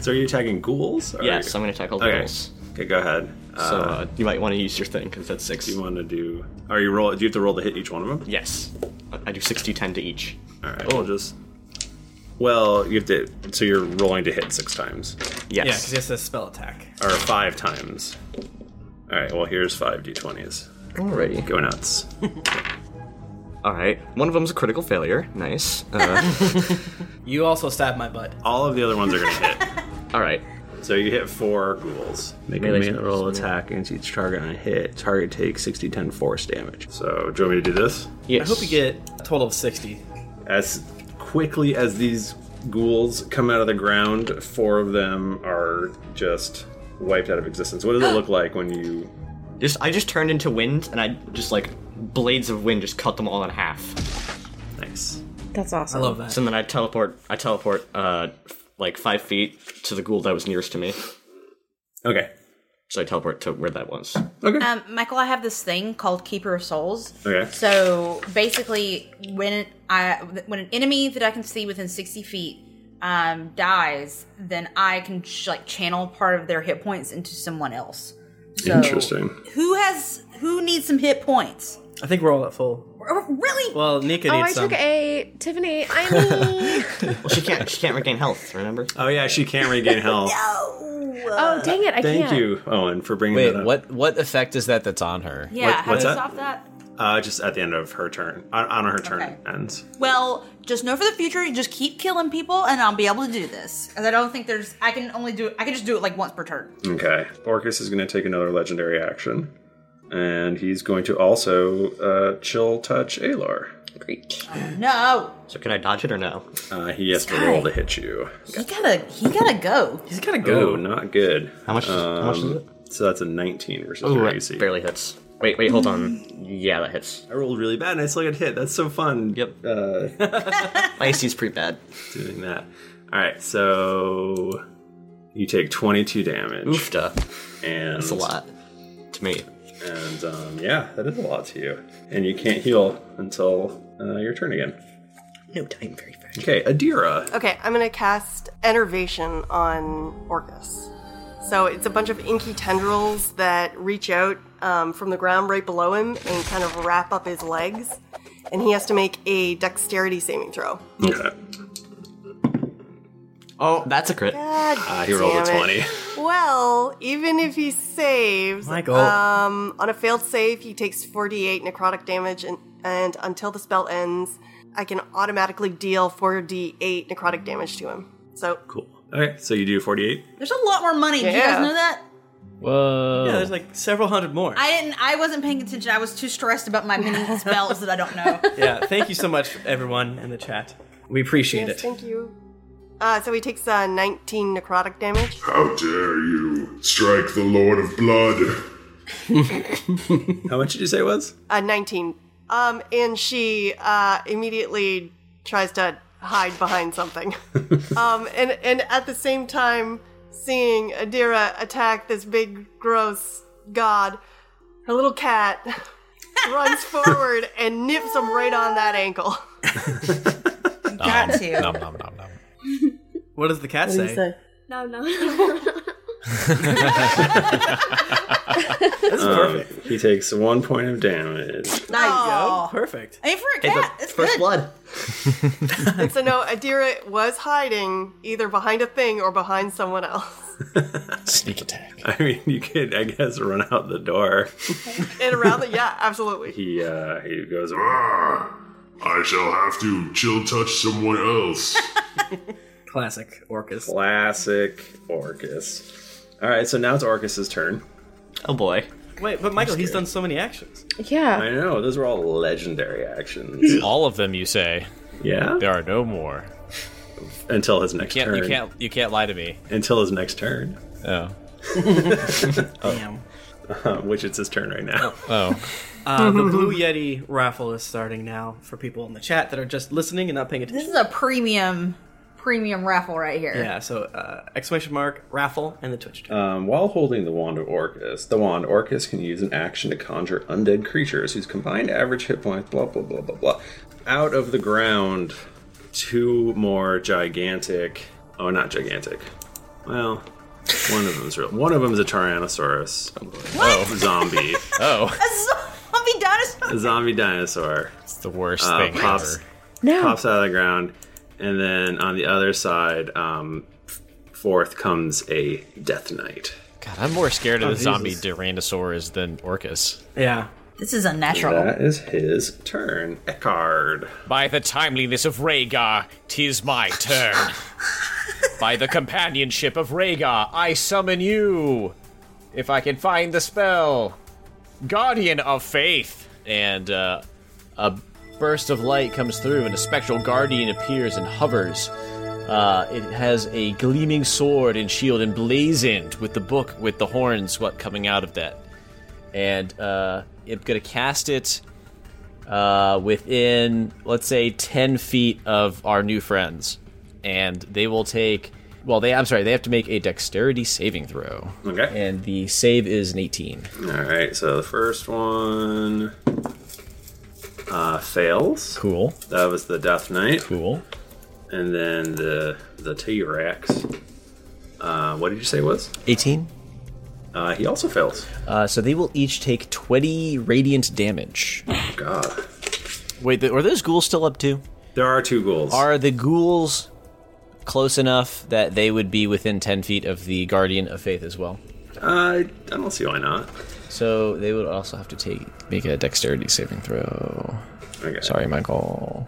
Speaker 1: So are you attacking [LAUGHS] ghouls? or-
Speaker 15: Yes, I'm gonna attack all the
Speaker 1: Okay.
Speaker 15: ghouls.
Speaker 1: Okay, go ahead.
Speaker 15: So uh, you might want to use your thing because that's six.
Speaker 1: You want to do? Are you roll? Do you have to roll to hit each one of them?
Speaker 15: Yes, I- I do 6d10 to each.
Speaker 1: All right. We'll just. Well, you have to. So you're rolling to hit six times.
Speaker 2: Yeah, because he has to spell
Speaker 1: [LAUGHS]
Speaker 2: attack.
Speaker 1: or five times. All right. Well, here's five d20s.
Speaker 15: Alrighty.
Speaker 1: Go
Speaker 15: [LAUGHS]
Speaker 1: nuts.
Speaker 15: All right. One of them's a critical failure. Nice.
Speaker 1: Uh-huh.
Speaker 15: Uh,
Speaker 2: [LAUGHS] You also stabbed my butt.
Speaker 1: [LAUGHS] All of the other ones are going to hit.
Speaker 15: All right.
Speaker 1: So you hit four ghouls. Make
Speaker 15: Melee
Speaker 1: a melee roll attack against each target on a hit. Target takes 60 10 force damage. So, do you want me to do this?
Speaker 2: I hope you get a total of 60.
Speaker 1: As quickly as these ghouls come out of the ground, four of them are just wiped out of existence. What does it
Speaker 15: [GASPS]
Speaker 1: look like when you.
Speaker 15: Just I just turned into wind, and I just like blades of wind just cut them all in half.
Speaker 1: Nice.
Speaker 4: [LAUGHS] That's awesome.
Speaker 15: So then I teleport. I teleport uh f- like five feet to the ghoul that was nearest to me.
Speaker 1: Okay.
Speaker 15: So I teleport to where that was.
Speaker 1: Okay.
Speaker 3: Um, Michael, I have this thing called Keeper of Souls.
Speaker 15: Okay.
Speaker 3: So basically, when I when an enemy that I can see within sixty feet um, dies, then I can ch- like channel part of their hit points into someone else. So
Speaker 1: Interesting.
Speaker 3: Who has who needs some hit points?
Speaker 2: I think we're all at full.
Speaker 3: Really?
Speaker 2: Well, Nika
Speaker 4: oh,
Speaker 2: needs
Speaker 4: I
Speaker 2: some.
Speaker 4: took eight. Tiffany, I need.
Speaker 15: Well, she can't. She can't regain health. Remember?
Speaker 1: [LAUGHS] Oh, yeah, she can't
Speaker 15: [LAUGHS]
Speaker 1: regain health.
Speaker 4: oh, dang it! I
Speaker 1: Thank
Speaker 4: can't.
Speaker 1: you, Owen, for bringing
Speaker 9: Wait,
Speaker 1: that up.
Speaker 9: what what effect is that that's on her?
Speaker 3: Yeah, how do you stop that?
Speaker 1: Uh, just at the end of her turn. On, on her turn ends.
Speaker 3: Well, just know for the future, you just keep killing people, and I'll be able to do this. And I don't think there's. I can only do. I can just do it like once per turn. [CLEARS THROAT]
Speaker 1: Okay. Orcus is going to take another legendary action, and he's going to also uh, chill touch Alor.
Speaker 4: Great.
Speaker 3: No,
Speaker 15: So can I dodge it or no?
Speaker 1: Uh, he has
Speaker 3: to roll
Speaker 1: to hit you.
Speaker 3: he gotta, he gotta go. He's
Speaker 2: gotta
Speaker 1: Oh, not good. How much?
Speaker 15: how much is
Speaker 1: it? So that's a 19 versus
Speaker 15: Ooh,
Speaker 1: your
Speaker 15: that
Speaker 1: AC.
Speaker 15: barely hits. Wait, wait, hold on. Yeah, that hits.
Speaker 1: I rolled really bad and I still got hit. That's so fun. Yep. Uh,
Speaker 9: [LAUGHS]
Speaker 15: My AC's pretty bad.
Speaker 1: Doing that. All right, so you take 22 damage.
Speaker 15: Oofta.
Speaker 1: And
Speaker 15: That's a lot to me.
Speaker 1: And um, yeah, that is a lot to you. And you can't heal until uh, your turn again.
Speaker 15: No time very fast.
Speaker 1: Okay, Adira.
Speaker 10: Okay, I'm gonna cast Enervation on Orcus. So it's a bunch of inky tendrils that reach out um, from the ground right below him and kind of wrap up his legs, and he has to make a Dexterity saving throw.
Speaker 1: Okay.
Speaker 15: Oh, that's a crit.
Speaker 10: God
Speaker 15: Ah,
Speaker 1: Uh,
Speaker 10: damn it. Well, even if he saves,
Speaker 15: Michael.
Speaker 10: um, on a failed save, he takes 48 necrotic damage, and, and until the spell ends, I can automatically deal 4d8 necrotic damage to him. So
Speaker 1: Okay, so you do 48.
Speaker 3: There's a lot more money. Did you guys
Speaker 10: Yeah.
Speaker 3: know that?
Speaker 1: Whoa.
Speaker 2: Yeah,
Speaker 1: [LAUGHS]
Speaker 2: there's like several hundred more.
Speaker 3: I didn't. I wasn't paying attention. I was too stressed about my
Speaker 2: [LAUGHS]
Speaker 3: many spells that I don't know.
Speaker 2: yeah, thank you so much, everyone in the chat. We appreciate
Speaker 10: yes,
Speaker 2: it.
Speaker 10: thank you. Uh, so he takes uh, 19 necrotic damage.
Speaker 19: How dare you strike the Lord of Blood?
Speaker 1: How much did you say it was?
Speaker 10: Uh, 19. Um, and she uh, immediately tries to hide behind something. um, and, and at the same time, seeing Adira attack this big, gross god, her little [LAUGHS] cat runs forward and nips him right on that ankle.
Speaker 3: Got to.
Speaker 2: What does the cat
Speaker 10: What do you
Speaker 2: say? [LAUGHS]
Speaker 10: say?
Speaker 13: No, no. no. [LAUGHS]
Speaker 1: That's perfect. Um, He takes one point of damage.
Speaker 10: There you go.
Speaker 2: Perfect.
Speaker 10: Hey, for a
Speaker 1: Hey, the
Speaker 10: cat, it's
Speaker 1: first
Speaker 10: good.
Speaker 1: [LAUGHS] blood.
Speaker 10: and so no, Adira was hiding either behind a thing or behind someone else. [LAUGHS]
Speaker 1: Sneak attack. I mean, you could, I guess, run out the door.
Speaker 10: And around the, yeah, absolutely.
Speaker 1: He uh, he goes.
Speaker 19: Ah, I shall have to chill touch someone else.
Speaker 2: Classic [LAUGHS] Orcus.
Speaker 1: Classic Orcus. All right, so now it's Orcus's turn.
Speaker 15: Oh boy.
Speaker 2: Wait, but Michael, he's done so many actions.
Speaker 4: Yeah.
Speaker 1: I know. Those were all legendary actions.
Speaker 9: [LAUGHS] All of them, you say.
Speaker 1: Yeah.
Speaker 9: There are no more.
Speaker 1: Until his next
Speaker 9: You can't,
Speaker 1: turn.
Speaker 9: you can't. You can't lie to me.
Speaker 1: Until his next turn. [LAUGHS]
Speaker 9: Oh.
Speaker 2: Damn.
Speaker 1: Uh, which it's his turn right now.
Speaker 9: Oh.
Speaker 1: [LAUGHS]
Speaker 10: [LAUGHS]
Speaker 2: Uh, the Blue Yeti raffle is starting now for people in the chat that are just listening and not paying attention.
Speaker 3: This is a premium, premium raffle right here. [LAUGHS]
Speaker 2: Yeah, so uh, exclamation mark, raffle, and the Twitch.
Speaker 1: Um, while holding the wand of Orcus, the wand Orcus can use an action to conjure undead creatures whose combined average hit points, blah blah blah blah blah, out of the ground. Two more gigantic. Oh, not gigantic. Well, one of them's real. One of them's a Tyrannosaurus. Oh, zombie.
Speaker 9: oh,
Speaker 3: Zombie dinosaur.
Speaker 1: a zombie dinosaur. It's
Speaker 9: the worst
Speaker 3: thing
Speaker 1: pops,
Speaker 3: ever. No.
Speaker 1: Pops out of the ground, and then on the other side, um, f- forth comes a Death Knight.
Speaker 9: God, I'm more scared of
Speaker 1: Oh,
Speaker 9: the zombie
Speaker 1: Jesus.
Speaker 9: Tyrannosaurus than Orcus.
Speaker 2: Yeah.
Speaker 3: This is unnatural.
Speaker 1: That is his turn. Eckhard.
Speaker 9: By the timeliness of Rhaegar, tis my turn. By the companionship of Rhaegar, I summon you. If I can find the spell, Guardian of Faith. And uh, a burst of light comes through, and a spectral guardian appears and hovers. Uh, it has a gleaming sword and shield emblazoned with the book with the horns, what coming out of that. And uh, I'm gonna cast it uh, within, let's say, 10 feet of our new friends. And they will take, well, they, I'm sorry, they have to make a dexterity saving throw.
Speaker 1: Okay.
Speaker 9: And the save is an 18.
Speaker 1: All right, so the first one uh, fails.
Speaker 9: Cool.
Speaker 1: That was the Death Knight.
Speaker 9: Cool.
Speaker 1: And then the the T Rex. Uh, what did you say it was?
Speaker 9: 18?
Speaker 1: Uh, he also fails.
Speaker 9: Uh, so they will each take 20 radiant damage.
Speaker 1: Oh, God.
Speaker 9: Wait, th- are those ghouls still up too?
Speaker 1: There are two ghouls.
Speaker 9: Are the ghouls close enough that they would be within 10 feet of the Guardian of Faith as well?
Speaker 1: Uh, I don't see why not.
Speaker 9: So they would also have to take make a dexterity saving throw.
Speaker 1: Okay.
Speaker 9: Sorry, Michael.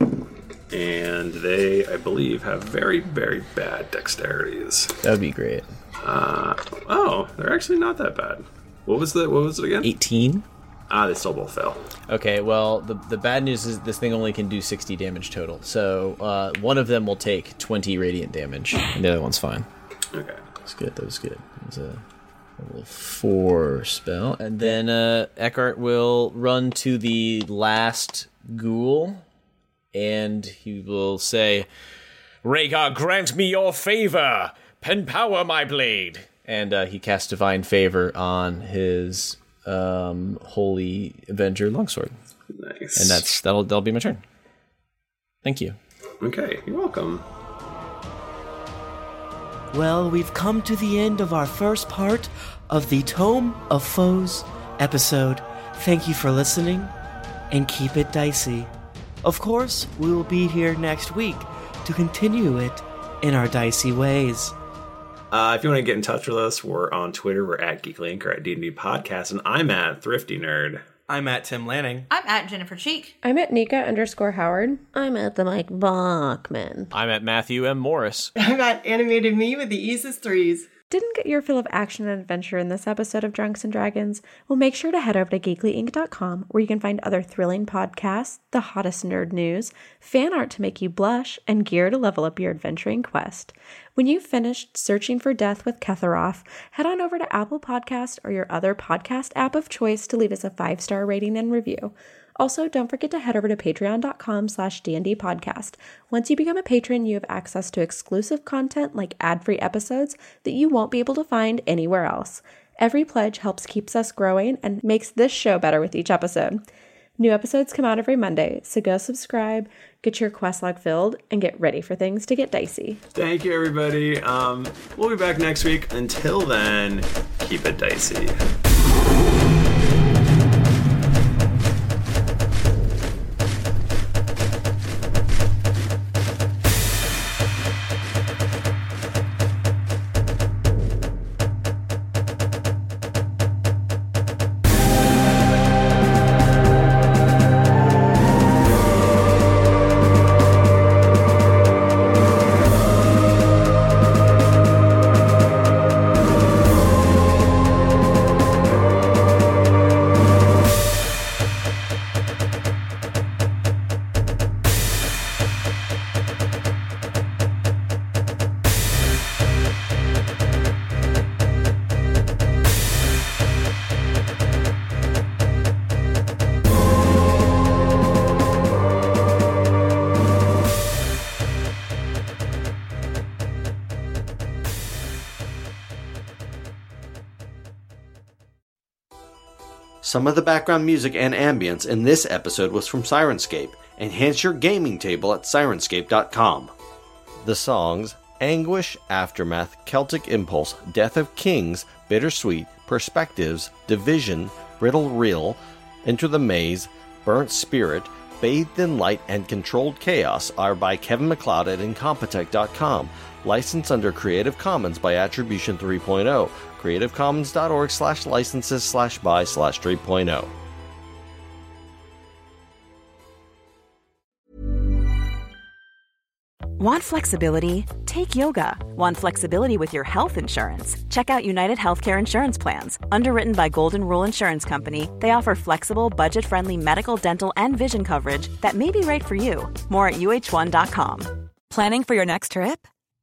Speaker 1: And they, I believe, have very, very bad dexterities.
Speaker 9: That would be great.
Speaker 1: Uh, oh, they're actually not that bad. What was the what was it again?
Speaker 9: 18.
Speaker 1: Ah, they still both fail.
Speaker 9: Okay, well, the, the bad news is this thing only can do 60 damage total. So uh, one of them will take 20 radiant damage, and the other one's fine.
Speaker 1: Okay.
Speaker 9: That's good, that was good. That was a level 4 spell. And then uh, Eckhart will run to the last ghoul, and he will say, Rhaegar, grant me your favor! Pen power my blade! And uh, he casts Divine Favor on his um, Holy Avenger Longsword.
Speaker 1: Nice.
Speaker 9: And that's that'll that'll be my turn. Thank you.
Speaker 1: Okay, you're welcome.
Speaker 5: [LAUGHS] Well, we've come to the end of our first part of the Tome of Foes episode. Thank you for listening and keep it dicey. Of course, we will be here next week to continue it in our dicey ways.
Speaker 1: Uh, if you want to get in touch with us, we're on Twitter. We're at Geeklink or at D&D Podcast, and I'm at Thrifty Nerd.
Speaker 2: I'm at Tim Lanning.
Speaker 3: I'm at Jennifer Cheek.
Speaker 4: I'm at Nika underscore Howard. I'm at the Mike Bachman.
Speaker 9: I'm at Matthew M. Morris.
Speaker 10: I got animated me with the easiest threes.
Speaker 4: Didn't get your fill of action and adventure in this episode of Drunks and Dragons? Well, make sure to head over to geeklyinc.com where you can find other thrilling podcasts, the hottest nerd news, fan art to make you blush, and gear to level up your adventuring quest. When you've finished searching for death with Ketharoff, head on over to Apple Podcast or your other podcast app of choice to leave us a five-star rating and review. Also, don't forget to head over to patreon.com slash D&D podcast. Once you become a patron, you have access to exclusive content like ad-free episodes that you won't be able to find anywhere else. Every pledge helps keeps us growing and makes this show better with each episode. New episodes come out every Monday, so go subscribe, get your quest log filled, and get ready for things to get dicey.
Speaker 1: Thank you, everybody. Um, we'll be back next week. Until then, keep it dicey.
Speaker 20: Some of the background music and ambience in this episode was from Sirenscape. Enhance your gaming table at sirenscape.com. The songs Anguish, Aftermath, Celtic Impulse, Death of Kings, Bittersweet, Perspectives, Division, Riddle Reel, Enter the Maze, Burnt Spirit, Bathed in Light, and Controlled Chaos are by Kevin McLeod at Incompetech.com. Licensed under Creative Commons by Attribution oh. 3.0. CreativeCommons.org slash licenses slash by slash oh. 3.0.
Speaker 21: Want flexibility? Take yoga. Want flexibility with your health insurance? Check out United Healthcare Insurance Plans. Underwritten by Golden Rule Insurance Company, they offer flexible, budget friendly medical, dental, and vision coverage that may be right for you. More at uh1.com.
Speaker 22: Planning for your next trip?